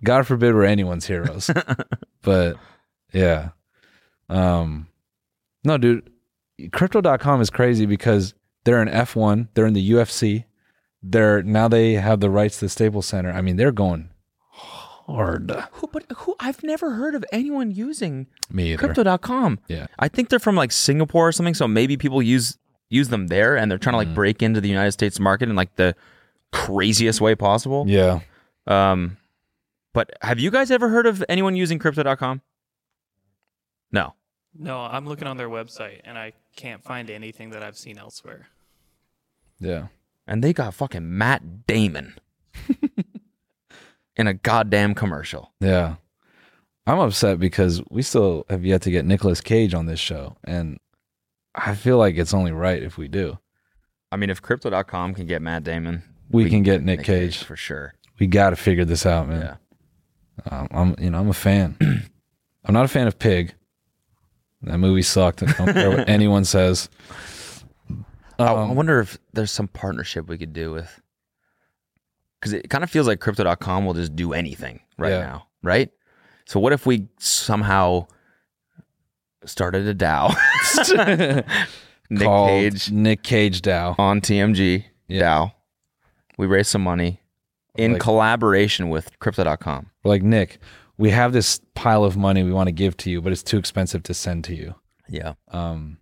God forbid we're anyone's heroes. but yeah. Um no, dude, crypto.com is crazy because they're in F1, they're in the UFC. They're now they have the rights to the Staples Center. I mean, they're going hard. who, but who? I've never heard of anyone using Me either. crypto.com. Yeah. I think they're from like Singapore or something. So maybe people use use them there, and they're trying to Mm-hmm. like break into the United States market in like the craziest way possible. Yeah. Um, but have you guys ever heard of anyone using crypto.com? No. No, I'm looking on their website and I can't find anything that I've seen elsewhere. Yeah. And they got fucking Matt Damon in a goddamn commercial. Yeah. I'm upset because we still have yet to get Nicolas Cage on this show. And I feel like it's only right if we do. I mean, if crypto.com can get Matt Damon, We can get Nick Cage. for sure. We got to figure this out, man. Yeah. Um, I'm, you know, I'm a fan. I'm not a fan of Pig. That movie sucked. I don't care what anyone says. Um, I- I wonder if there's some partnership we could do with. Because it kind of feels like crypto.com will just do anything right Yeah. now, right? So what if we somehow started a DAO? Nick Called Cage Nick Cage Dow. on TMG Yeah. DAO. We raise some money in Like- collaboration with crypto.com. We're like, Nick, we have this pile of money we want to give to you, but it's too expensive to send to you. Yeah. Um,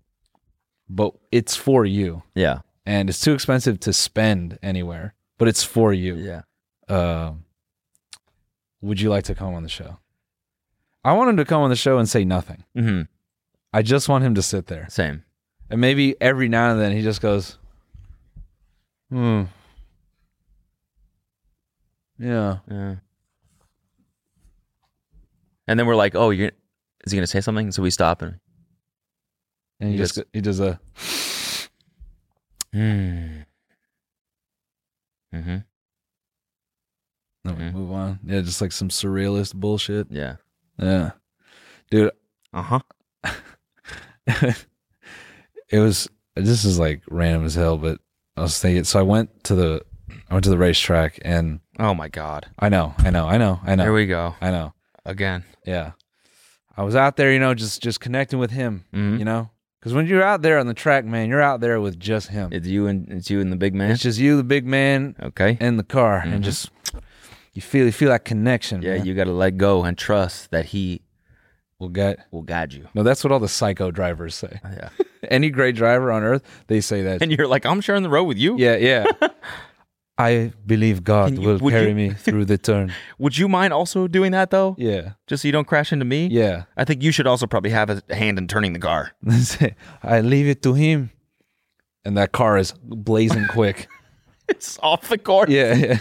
but it's for you. Yeah. and it's too expensive to spend anywhere, but it's for you. Yeah. Um, would you like to come on the show? I want him to come on the show and say nothing. hmm I just want him to sit there. Same. And maybe every now and then he just goes, hmm. Yeah. Yeah. And then we're like, oh, you're is he gonna say something? So we stop and And he, He just, just- he does a Mm. hmm then we Mhm. move on. Yeah, just like some surrealist bullshit. Yeah. Yeah. Dude, Uh huh. it was this is like random as hell, but I was thinking. So I went to the I went to the racetrack, and Oh my God. I know, I know, I know, I know, Here we go I know. again. Yeah, I was out there, you know, just just connecting with him, Mhm. you know, because when you're out there on the track, man, you're out there with just him. It's you and it's you and the big man. It's just you, the big man, okay. and the car, Mhm. and just you feel you feel that connection. yeah, man. you got to let go and trust that he will get. will guide you. No, that's what all the psycho drivers say. Yeah. Any great driver on earth, they say that. and you're like, I'm sharing the road with you. Yeah, yeah. I believe God Can you- will would carry you- me through the turn. Would you mind also doing that though? Yeah, Just so you don't crash into me. yeah. I think you should also probably have a hand in turning the car. I leave it to him. And that car is blazing quick. It's off the course. yeah, yeah.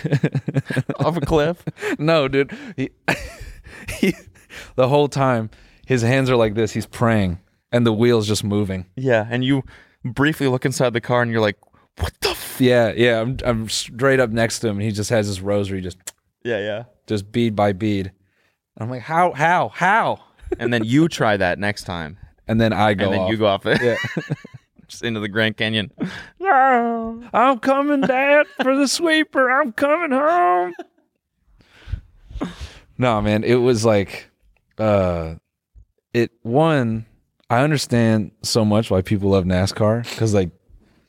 Off a cliff. no, dude. He, he, the whole time, his hands are like this. He's praying, and the wheel's just moving. Yeah. And you briefly look inside the car and you're like, what the f? Yeah, yeah. I'm, I'm straight up next to him, and he just has his rosary, just, Yeah, yeah. just bead by bead. And I'm like, how, how, how? and then you try that next time. And then I go. and then off. you go off it. Yeah. Just into the Grand Canyon. I'm coming, Dad, for the sweeper. I'm coming home. no, man, it was like, uh, it one. I understand so much why people love NASCAR because like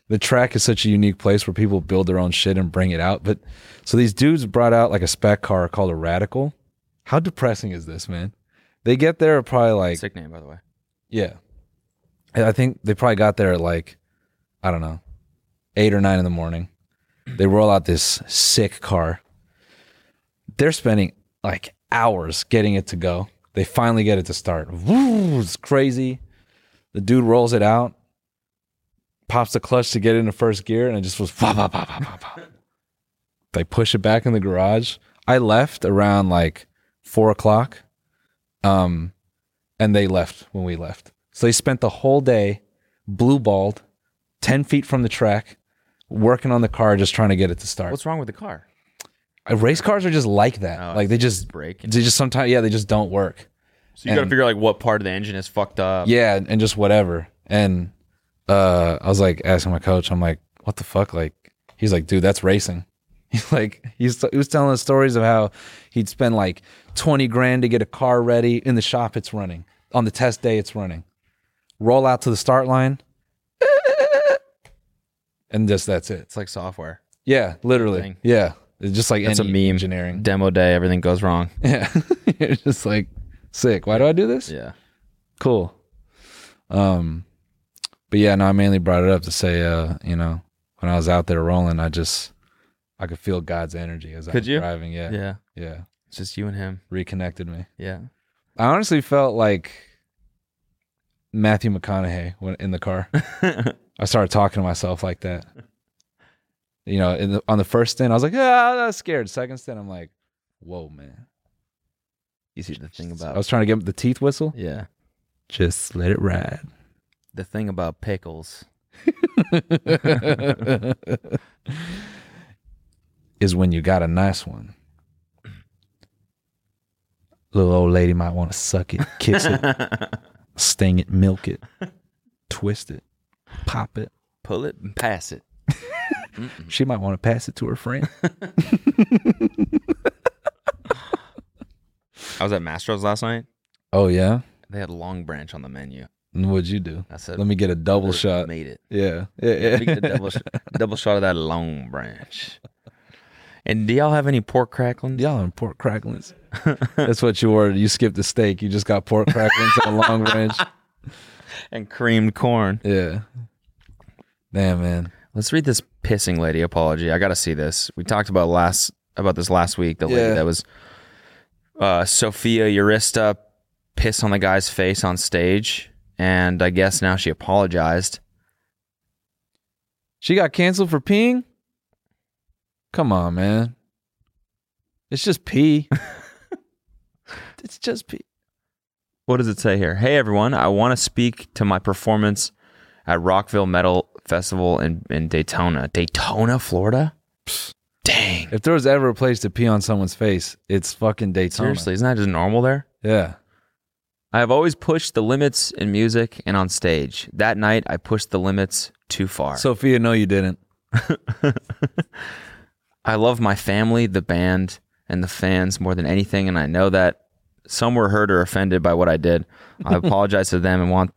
the track is such a unique place where people build their own shit and bring it out. But so these dudes brought out like a spec car called a Radical. How depressing is this, man? They get there at probably like Sick name, by the way. yeah. And I think they probably got there at like, I don't know, eight or nine in the morning. They roll out this sick car. They're spending like hours getting it to go. They finally get it to start. Woo, it's crazy. The dude rolls it out, pops the clutch to get into first gear, and it just was pop, pop, pop, pop, pop, pop. They push it back in the garage. I left around like four o'clock. Um, and they left when we left. So they spent the whole day blue balled, 10 feet from the track, working on the car, just trying to get it to start. What's wrong with the car? Uh, Race cars are just like that. Oh, like they just, break. they just sometimes, yeah, they just don't work. So you got to And- figure out like what part of the engine is fucked up. Yeah, and just whatever. And uh, I was like asking my coach, I'm like, what the fuck? Like, he's like, dude, that's racing. He's like, he's he was telling us stories of how he'd spend like 20 grand to get a car ready. In the shop, it's running. On the test day, it's running. Roll out to the start line, and just that's it. It's like software. Yeah, literally. Thing. Yeah, it's just like That's a any meme. engineering. Demo day, everything goes wrong. Yeah, it's just like sick. Why do I do this? Yeah. cool. Um, but yeah, no, I mainly brought it up to say, uh, you know, when I was out there rolling, I just I could feel God's energy as I Could was you? driving. Yeah, Yeah. yeah, It's just you and him. reconnected me. Yeah. I honestly felt like Matthew McConaughey when in the car. I started talking to myself like that. You know, in the, on the first stint, I was like, ah, that's scared. Second stint, I'm like, whoa, man. You see the thing I about was trying to get the teeth whistle. yeah, Just let it ride. the thing about pickles. is when you got a nice one. Little old lady might want to suck it, kiss it, sting it, milk it, twist it, pop it. Pull it and pass it. She might want to pass it to her friend. I was at Mastro's last night. oh yeah, They had Long Branch on the menu. And what'd you do? I said, Let me get a double "Would've shot. Made it. Yeah, yeah, yeah. Let me get a double, sh- double shot of that Long Branch. And do y'all have any pork cracklings? Y'all on pork cracklings. That's what you ordered. You skipped the steak. You just got pork cracklings on a long ranch. And creamed corn. Yeah. Damn, man. Let's read this pissing lady apology. I got to see this. We talked about last about this last week. The Yeah. lady that was uh, Sophia Eurista pissed on the guy's face on stage, and I guess now she apologized. She got canceled for peeing? Come on, man. It's just pee. it's just pee. What does it say here? Hey everyone, I want to speak to my performance at Rockville Metal Festival in, in Daytona, Daytona, Florida. Dang, If there was ever a place to pee on someone's face, it's fucking Daytona. seriously, isn't that just normal there? Yeah. I have always pushed the limits in music and on stage. That night, I pushed the limits too far. Sophia, no, you didn't. I love my family, the band, and the fans more than anything, and I know that some were hurt or offended by what I did. I apologize to them and want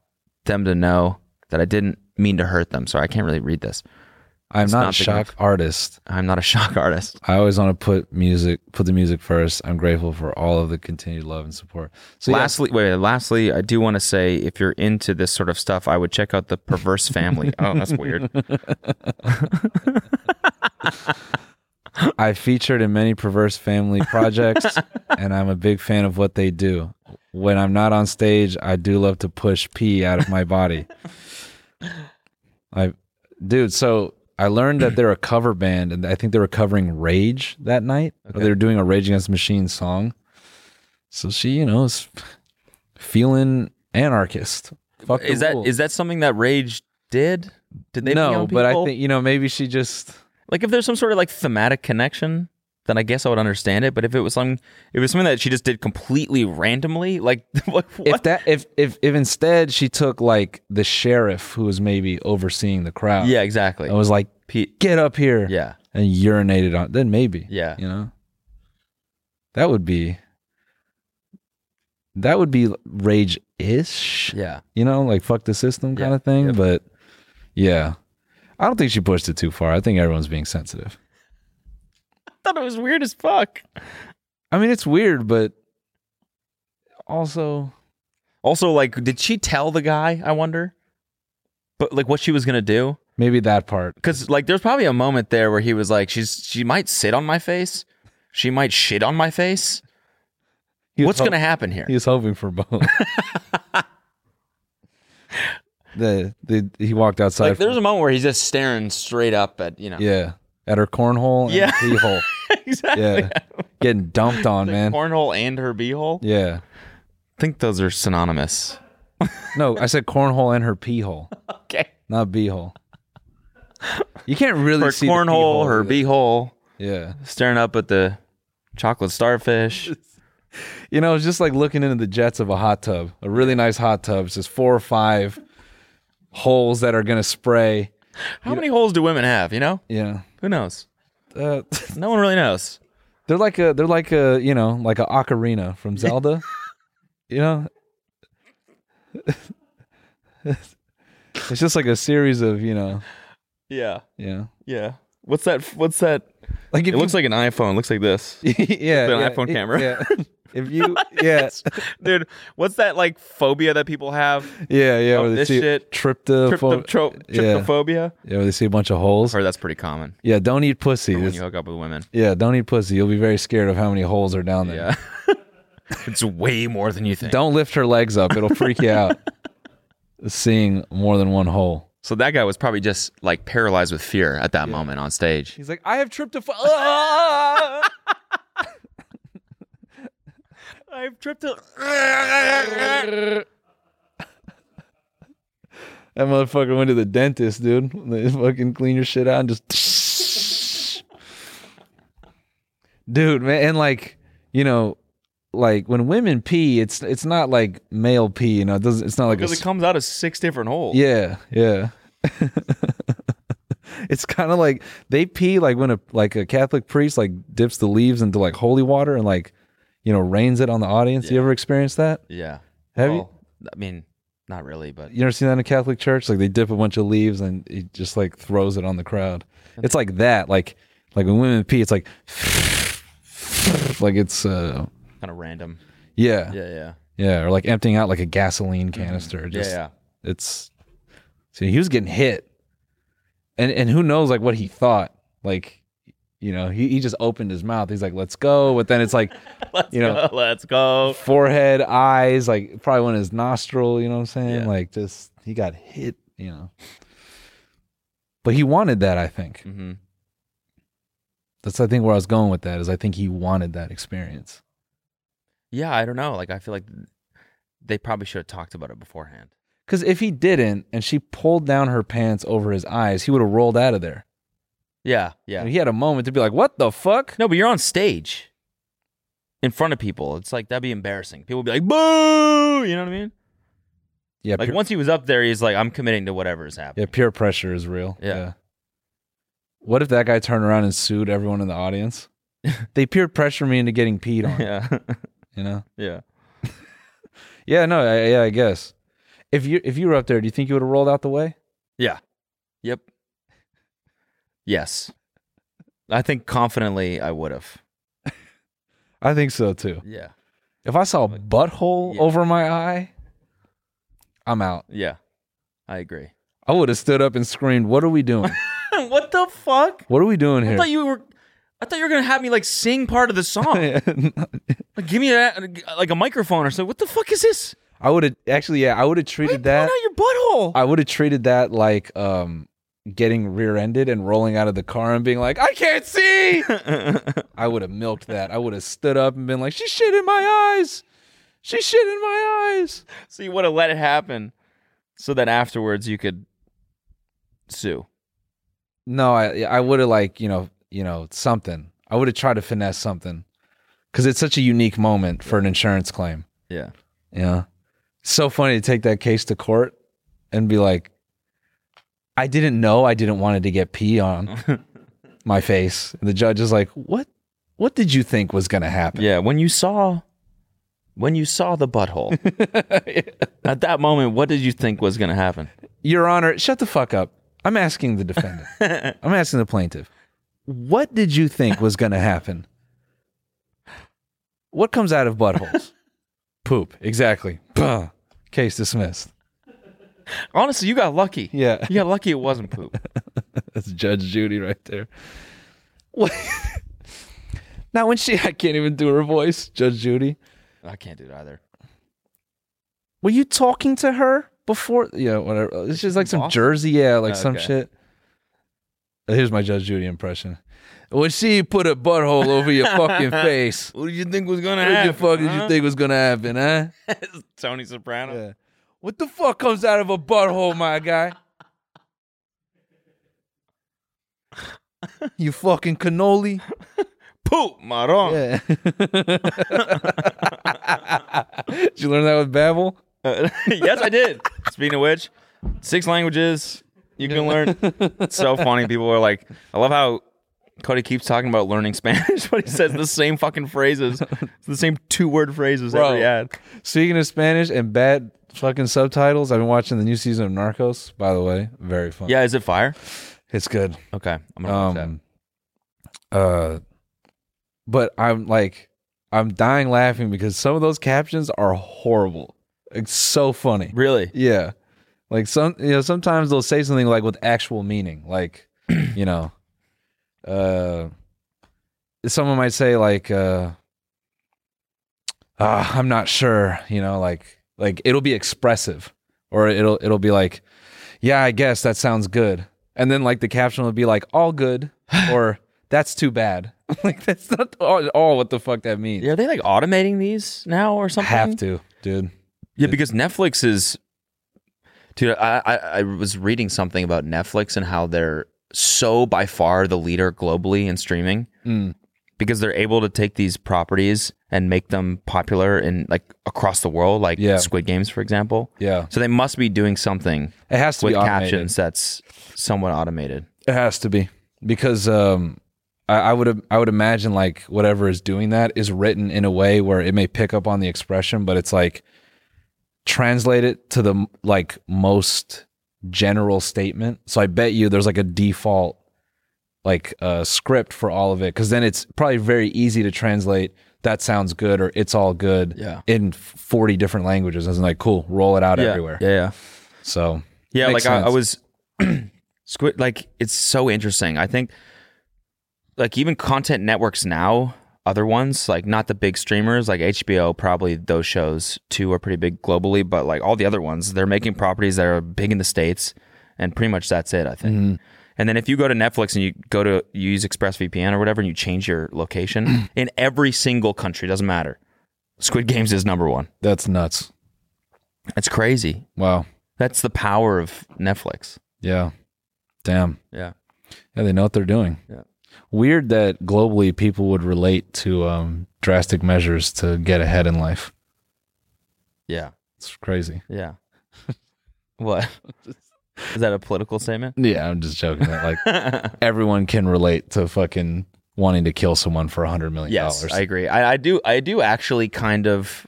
them to know that I didn't mean to hurt them. Sorry, I can't really read this. I'm It's not, not a big shock enough. artist. I'm not a shock artist. I always want to put music, put the music first. I'm grateful for all of the continued love and support. So yeah, lastly, wait, lastly, I do want to say if you're into this sort of stuff, I would check out the Perverse Family. oh, that's weird. I featured in many perverse family projects, and I'm a big fan of what they do. When I'm not on stage, I do love to push pee out of my body. I, dude. So I learned that they're a cover band, and I think they were covering Rage that night. Or they were doing a Rage Against the Machine song. So she, you know, is feeling anarchist. Fuck the Is that rules. is that something that Rage did? Did they? pee no? on But I people? think you know maybe she just. Like if there's some sort of like thematic connection, then I guess I would understand it. But if it was some, if it was something that she just did completely randomly, like what? if that if if if instead she took like the sheriff who was maybe overseeing the crowd yeah, exactly. and was like P- get up here yeah, and urinated on then maybe Yeah. you know that would be that would be rage ish yeah. you know like fuck the system kind Yeah, of thing yeah. but yeah i don't think she pushed it too far i think everyone's being sensitive I thought it was weird as fuck. i mean it's weird but also Also, like, did she tell the guy? I wonder. But like, what she was gonna do? maybe that part Because like, there's probably a moment there where he was like, "She's she might sit on my face, she might shit on my face. He was What's hop- gonna happen here?" He was hoping for both. the, the he walked outside. Like, there's for- a moment where he's just staring straight up at you know. yeah, at her cornhole. And Yeah. pee hole. exactly. Yeah, getting dumped on, The man. cornhole and her beehole. yeah, I think those are synonymous. no, I said cornhole and her pee hole, Okay. not bee hole. You can't really Her see the pee cornhole, hole her either. beehole, Yeah, staring up at the chocolate starfish. you know, it's just like looking into the jets of a hot tub, a really nice hot tub. It's just four or five holes that are gonna spray. How many holes do women have? You know, Yeah, who knows? uh, No one really knows. They're like a they're like a you know like a ocarina from Zelda, you know. it's just like a series of you know Yeah, yeah yeah. What's that? What's that? like It looks like an iPhone. Looks like this, yeah, an yeah, iPhone it- camera. yeah. if you yeah dude. What's that like phobia that people have? yeah yeah Oh, where they this see shit. tryptopho- Tryptopho- tro- yeah Tryptophobia. yeah where they see a bunch of holes Or that's pretty common yeah don't eat pussy when It's- you hook up with women. yeah don't eat pussy you'll be very scared of how many holes are down there Yeah, it's way more than you think. don't lift her legs up it'll freak you out seeing more than one hole. So that guy was probably just like paralyzed with fear at that moment on stage. He's like, I have tryptophan. I've tripped up. That motherfucker went to the dentist, dude. They fucking clean your shit out and just. dude, man, and like you know, like when women pee, it's it's not like male pee. You know, it doesn't. It's not like a. Because it s- comes out of six different holes. yeah, yeah. it's kind of like they pee like when a like a Catholic priest like dips the leaves into like holy water and like you know rains it on the audience. You ever experienced that? Yeah. Have you- I mean, not really, but You ever seen that in a Catholic church? Like they dip a bunch of leaves and it just like throws it on the crowd. It's like that. Like like when women pee, it's like like it's uh kind of random. yeah, yeah Yeah, yeah. or like emptying out like a gasoline canister. Just yeah, it's see he was getting hit, and and who knows like what he thought like. You know, he, he just opened his mouth. He's like, "Let's go," but then it's like, you know, yeah. Let's go. forehead, eyes, like probably went in his nostril, you know what I'm saying? Yeah. Like just he got hit, you know. But he wanted that, I think. Mm-hmm. That's I think where I was going with that is I think he wanted that experience. Yeah, I don't know. Like, I feel like they probably should have talked about it beforehand. Cuz if he didn't and she pulled down her pants over his eyes, he would have rolled out of there. Yeah, yeah. And he had a moment to be like, "What the fuck?" No, but you're on stage in front of people. It's like that'd be embarrassing. People would be like, "Boo!" You know what I mean? Yeah, Like pure, once he was up there, he's like, "I'm committing to whatever is yeah, happening." peer pressure is real. Yeah. What if that guy turned around and sued everyone in the audience? they peer pressure me into getting peed on, Yeah, you know? yeah. Yeah, no, I, yeah, I guess. If you if you were up there, do you think you would have rolled out the way? Yeah. Yep. Yes. I think confidently I would have. I think so too. Yeah. If I saw a butthole Yeah. over my eye, I'm out. Yeah. I agree. I would have stood up and screamed, "What are we doing? what the fuck? What are we doing I here?" thought you were I thought you were going to have me like sing part of the song. Like, give me that like a microphone or something. What the fuck is this? I would have actually, yeah, I would have treated That, that. out your butthole. I would have treated that like um getting rear-ended and rolling out of the car and being like, "I can't see." I would have milked that. I would have stood up and been like, "She shit in my eyes. She shit in my eyes." So you would have let it happen so that afterwards you could sue. No, I I would have like you know you know something. I would have tried to finesse something because it's such a unique moment for an insurance claim. Yeah. You know, so funny to take that case to court and be like, I didn't know I didn't want it to get pee on my face. And the judge is like, what? What did you think was gonna happen? Yeah. When you saw when you saw the butthole at that moment, what did you think was gonna happen? Your Honor, shut the fuck up. I'm asking the defendant. I'm asking the plaintiff. What did you think was going to happen? What comes out of buttholes? Poop. Exactly. Bah. Case dismissed. Honestly, you got lucky. Yeah. You got lucky it wasn't poop. That's Judge Judy right there. What? now, when she, I can't even do her voice, Judge Judy. I can't do it either. Were you talking to her before? Yeah, whatever. It's just like some Boston? Jersey, yeah, like some Okay. shit. Here's my Judge Judy impression. When she put a butthole over your fucking face, What did you think was gonna what the fuck did you think was gonna happen, huh? think? Tony Soprano. Yeah. What the fuck comes out of a butthole, my guy? you fucking cannoli. Poop, marron. Yeah. Did you learn that with Babel? Uh, yes, I did. Speaking of which, six languages you can learn. It's so funny. People are like, I love how Cody keeps talking about learning Spanish, but he says the same fucking phrases, It's the same two word phrases Bro. every ad. Speaking of Spanish and bad fucking subtitles, I've been watching the new season of Narcos. By the way, very fun. Yeah, is it fire? it's good. Okay, I'm gonna watch Um, uh, but I'm like, I'm dying laughing because some of those captions are horrible. It's so funny. that. Really? Yeah, like some you know sometimes they'll say something like with actual meaning, like you know, uh, someone might say like, uh, ah, I'm not sure, you know, like like it'll be expressive or it'll it'll be like, yeah, I guess that sounds good, and then like the caption will be like, all good, or that's too bad. like that's not all, all what the fuck that means. Yeah, are they like automating these now or something? Have to, dude. Yeah, because Netflix is, dude. I, I I was reading something about Netflix and how they're so by far the leader globally in streaming Mm. because they're able to take these properties and make them popular in like across the world, like Yeah. Squid Games, for example. Yeah, So they must be doing something it has to with be automated. captions that's somewhat automated. It has to be because um, I, I would I would imagine like whatever is doing that is written in a way where it may pick up on the expression, but it's like translate it to the like most general statement. So I bet you there's like a default like uh, script for all of it because then it's probably very easy to translate. That sounds good, or it's all good. Yeah. in forty different languages, and like cool, roll it out yeah. everywhere. Yeah, yeah. So Yeah, Makes like I, I sense. was squid like it's so interesting. I think like even content networks now, other ones, like not the big streamers, like HBO, probably those shows too are pretty big globally, but like all the other ones, they're making properties that are big in the States and pretty much that's it, I think. And then if you go to Netflix and you go to you use ExpressVPN or whatever and you change your location in every single country, doesn't matter. Squid Games is number one. that's nuts. It's crazy. Wow. That's the power of Netflix. Yeah. Damn. Yeah. Yeah, they know what they're doing. Yeah. Weird that globally people would relate to um, drastic measures to get ahead in life. Yeah. It's crazy. Yeah. what? Is that a political statement? Yeah, I'm just joking. That like yes, everyone can relate to fucking wanting to kill someone for a hundred million dollars. I agree. I, I do. I do actually kind of.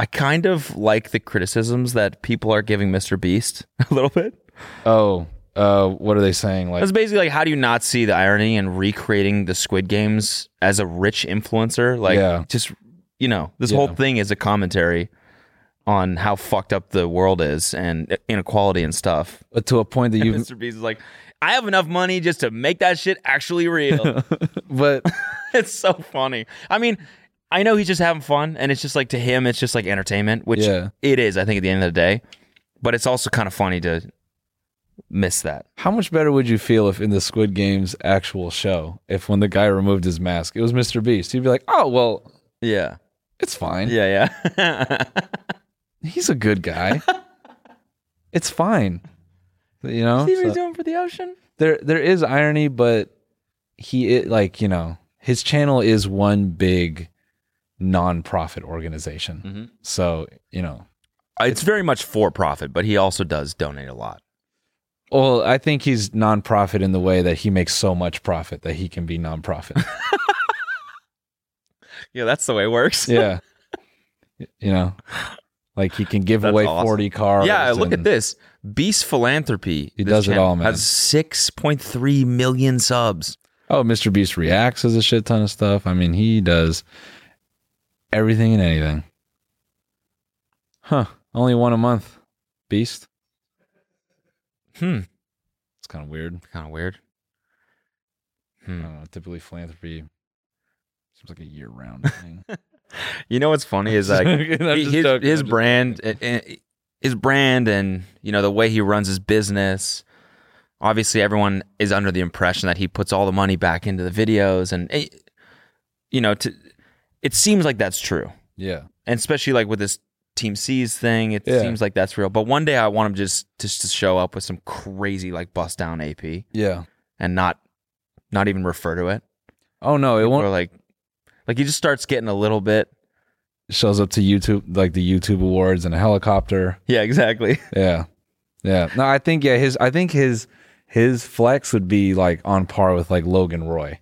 I kind of like the criticisms that people are giving Mr. Beast a little bit. oh, uh, what are they saying? Like, That's basically like, how do you not see the irony in recreating the Squid Games as a rich influencer? Like, Yeah. just you know, this Yeah. whole thing is a commentary on how fucked up the world is and inequality and stuff. uh, to a point that And you, Mr. Beast is like, I have enough money just to make that shit actually real. but it's so funny. I mean, I know he's just having fun, and it's just like to him, it's just like entertainment, which Yeah. it is. I think at the end of the day, but it's also kind of funny to miss that. how much better would you feel if in the Squid Game's actual show, if when the guy removed his mask, it was Mr. Beast? You'd be like, oh well, Yeah, it's fine. yeah, yeah. he's a good guy. it's fine. You know, See what so he's doing for the ocean? there there is irony, but he it, like you know his channel is one big nonprofit organization. Mm-hmm. So you know, Uh, It's very much for profit, but he also does donate a lot. well, I think he's nonprofit in the way that he makes so much profit that he can be nonprofit. Yeah, that's the way it works. yeah, you know, like he can give That's away awesome. forty cars. Yeah, look at and- this. Beast Philanthropy. He this does it channel, all, man. Has 6.3 million subs. Oh, Mr. Beast reacts as a shit ton of stuff. I mean, he does everything and anything. Huh. Only one a month. Beast. Hmm. It's kind of weird. Kind of weird. I don't know. Typically, philanthropy seems like a year round thing. You know what's funny is like I'm just he- his, joking, his I'm just brand, eh, eh, his brand, and you know the way he runs his business. Obviously, everyone is under the impression that he puts all the money back into the videos, and eh, you know, to, it seems like that's true, yeah. and especially like with this Team C's thing, it Yeah. seems like that's real. But one day, I want him just just to show up with some crazy like bust down AP Yeah. and not not even refer to it, Oh, no. It or won't. like like he just starts getting a little bit. Shows up to YouTube, like the YouTube awards and a helicopter. Yeah, exactly. Yeah. Yeah. No, I think, yeah, his, I think his, his flex would be like on par with like Logan Roy,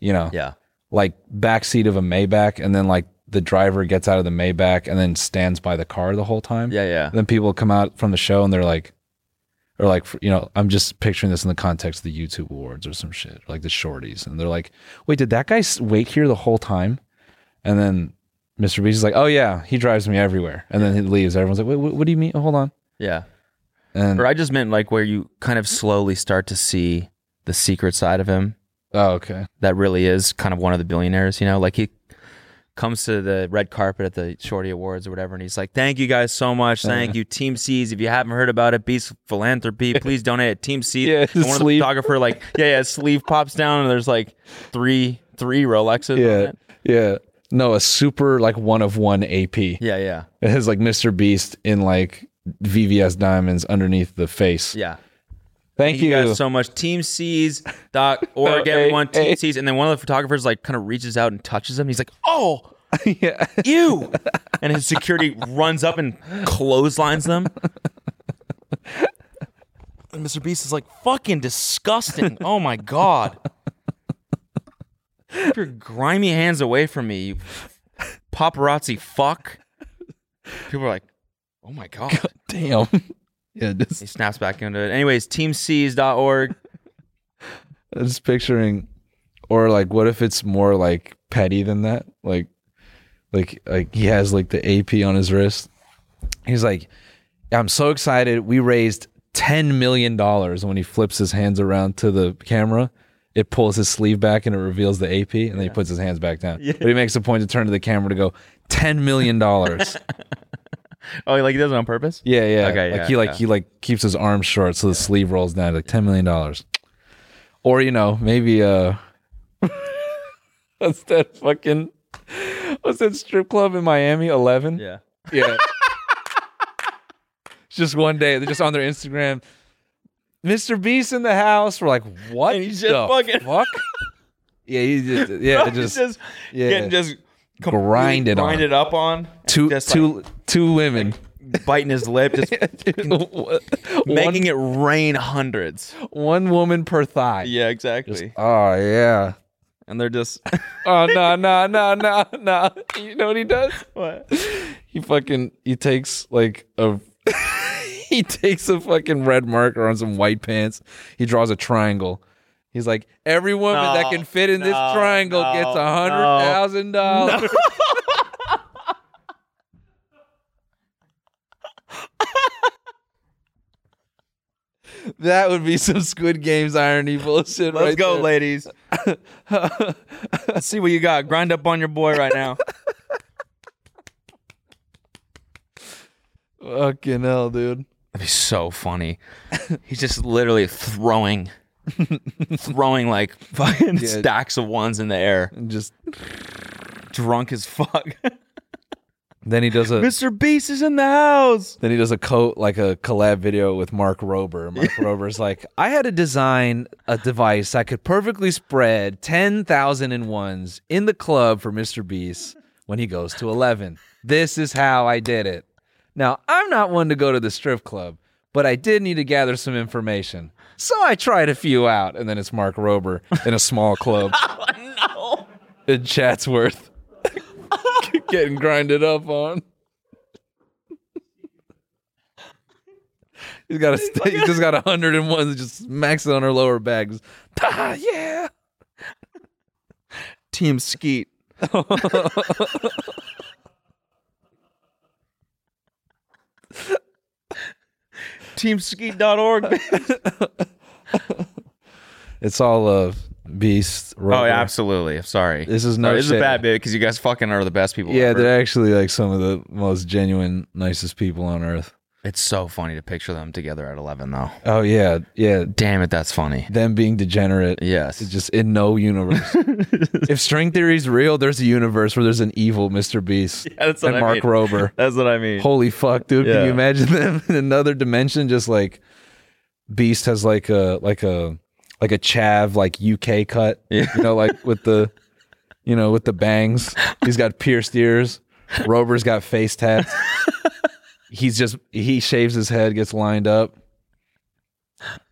you know? Yeah. like backseat of a Maybach, and then like the driver gets out of the Maybach and then stands by the car the whole time. Yeah, yeah. And then people come out from the show and they're like, or like, you know, I'm just picturing this in the context of the YouTube awards or some shit, like the shorties, and they're like, wait, did that guy s- wait here the whole time? And then Mr. Beast is like, oh yeah, he drives me everywhere, and then he leaves. Everyone's like, wait, what, what do you mean? Hold on. Yeah. And Or I just meant like where you kind of slowly start to see the secret side of him oh okay, that really is kind of one of the billionaires, you know? Like he comes to the red carpet at the Shorty Awards or whatever, and he's like, "Thank you guys so much. Thank you, Team C's. If you haven't heard about it, Beast Philanthropy, please donate at Team C." Yeah, and his one of the sleeve. photographer like, "Yeah, yeah." his Sleeve pops down, and there's like three three Rolexes. on Yeah, it. yeah. No, a super like one of one AP. yeah, yeah, It has like Mr. Beast in like VVS diamonds underneath the face. yeah. Thank, you. guys so much. TeamCs.org, Hey, everyone. hey. Team C's. And then one of the photographers like kind of reaches out and touches him. He's like, "Oh, yeah. ew!" and his security runs up and clotheslines them. And Mr. Beast is like, "Fucking disgusting! Oh my god! Keep your grimy hands away from me, you paparazzi fuck!" People are like, "Oh my god!" Damn. yeah, just He snaps back into it. Anyways, TeamCs.org. I'm just picturing or like what if it's more like petty than that like like like he has like the ap on his wrist he's like i'm so excited we raised 10 million dollars when he flips his hands around to the camera it pulls his sleeve back and it reveals the ap and then he puts his hands back down but he makes a point to turn to the camera to go 10 million dollars Oh, like he does it on purpose? yeah yeah Okay, like yeah, he like yeah. he like keeps his arms short so the sleeve rolls down like 10 million dollars or you know maybe uh what's that fucking what's that strip club in Miami? Eleven. Yeah. Yeah. It's just one day, they're just on their Instagram. Mr. Beast in the house. We're like, what? And he's the just fucking- fuck. Yeah, he just yeah, Bro, just, just yeah. getting just completely Grinded on. grinded up on and two just two two women like, biting his lip, just making one, it rain hundreds. one woman per thigh. Yeah, exactly. Oh yeah. And they're just Oh no no no no no! You know what he does? what? he fucking he takes like a he takes a fucking red marker on some white pants. He draws a triangle. He's like, every woman that No, can fit in this no, triangle no, gets a hundred thousand dollars. that would be some Squid Games irony bullshit. Let's right go, there. ladies. Let's see what you got. Grind up on your boy right now. Fucking hell, dude. That'd be so funny. He's just literally throwing throwing like fucking stacks of ones in the air. And just Drunk as fuck. then he does a Mr. Beast is in the house. Then he does a coat like a collab video with Mark Rober. Mark Rober's like, I had to design a device I could perfectly spread 10,000 in ones in the club for Mr. Beast when he goes to 11. This is how I did it. Now, I'm not one to go to the strip club, but I did need to gather some information. So I tried a few out, and then it's Mark Rober in a small club in Chatsworth getting grinded up on. He's got a st- he's just got a hundred and one that just smacks it on her lower back. Just, ah, yeah. Team Skeet. TeamSkeet.org. man. It's all of Beast. Oh, Rover. yeah, absolutely. I'm sorry. This is no Sorry, This shit. is bad, baby, because you guys fucking are the best people. Yeah, ever. they're actually like some of the most genuine, nicest people on earth. It's so funny to picture them together at 11, though. Oh yeah, yeah. Damn it, that's funny. Them being degenerate. Yes. It's just in no universe. if string theory's real, there's a universe where there's an evil Mr. Beast that's what and I Mark mean. Rober. That's what I mean. Holy fuck, dude! Can Yeah. you imagine them in another dimension? Just like Beast has like a like a like a chav like UK cut, you know, like with the you know with the bangs. He's got pierced ears. Rober's got face tats. He's just he shaves his head, gets lined up.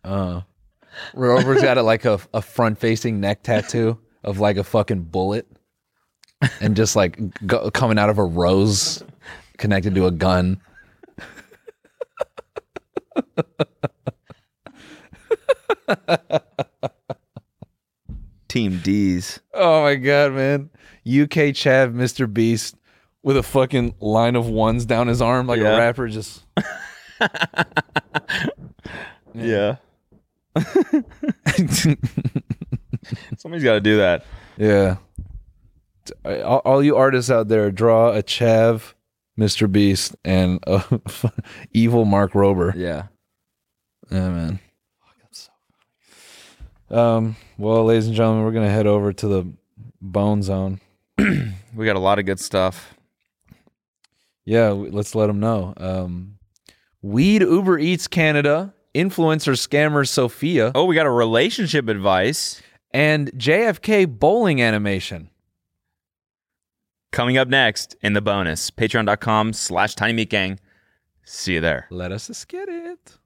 Uh, Rober's got a, like a a front facing neck tattoo of like a fucking bullet, and just like go, coming out of a rose connected to a gun. Team D's. Oh my god, man! UK Chav, Mr. Beast, with a fucking line of ones down his arm like Yeah. a rapper. Just Yeah. Somebody's got to do that. yeah, all, all you artists out there, draw a Chav, Mr. Beast, and a evil Mark Rober. Yeah. Yeah, man. Um, well, ladies and gentlemen, we're gonna head over to the bone zone. we got a lot of good stuff. Yeah, w- let's let them know. Um, Weed Uber Eats Canada influencer scammer Sophia. Oh, we got a relationship advice and JFK bowling animation. coming up next in the bonus. Patreon.com slash tiny meat gang. See you there. Let us just get it.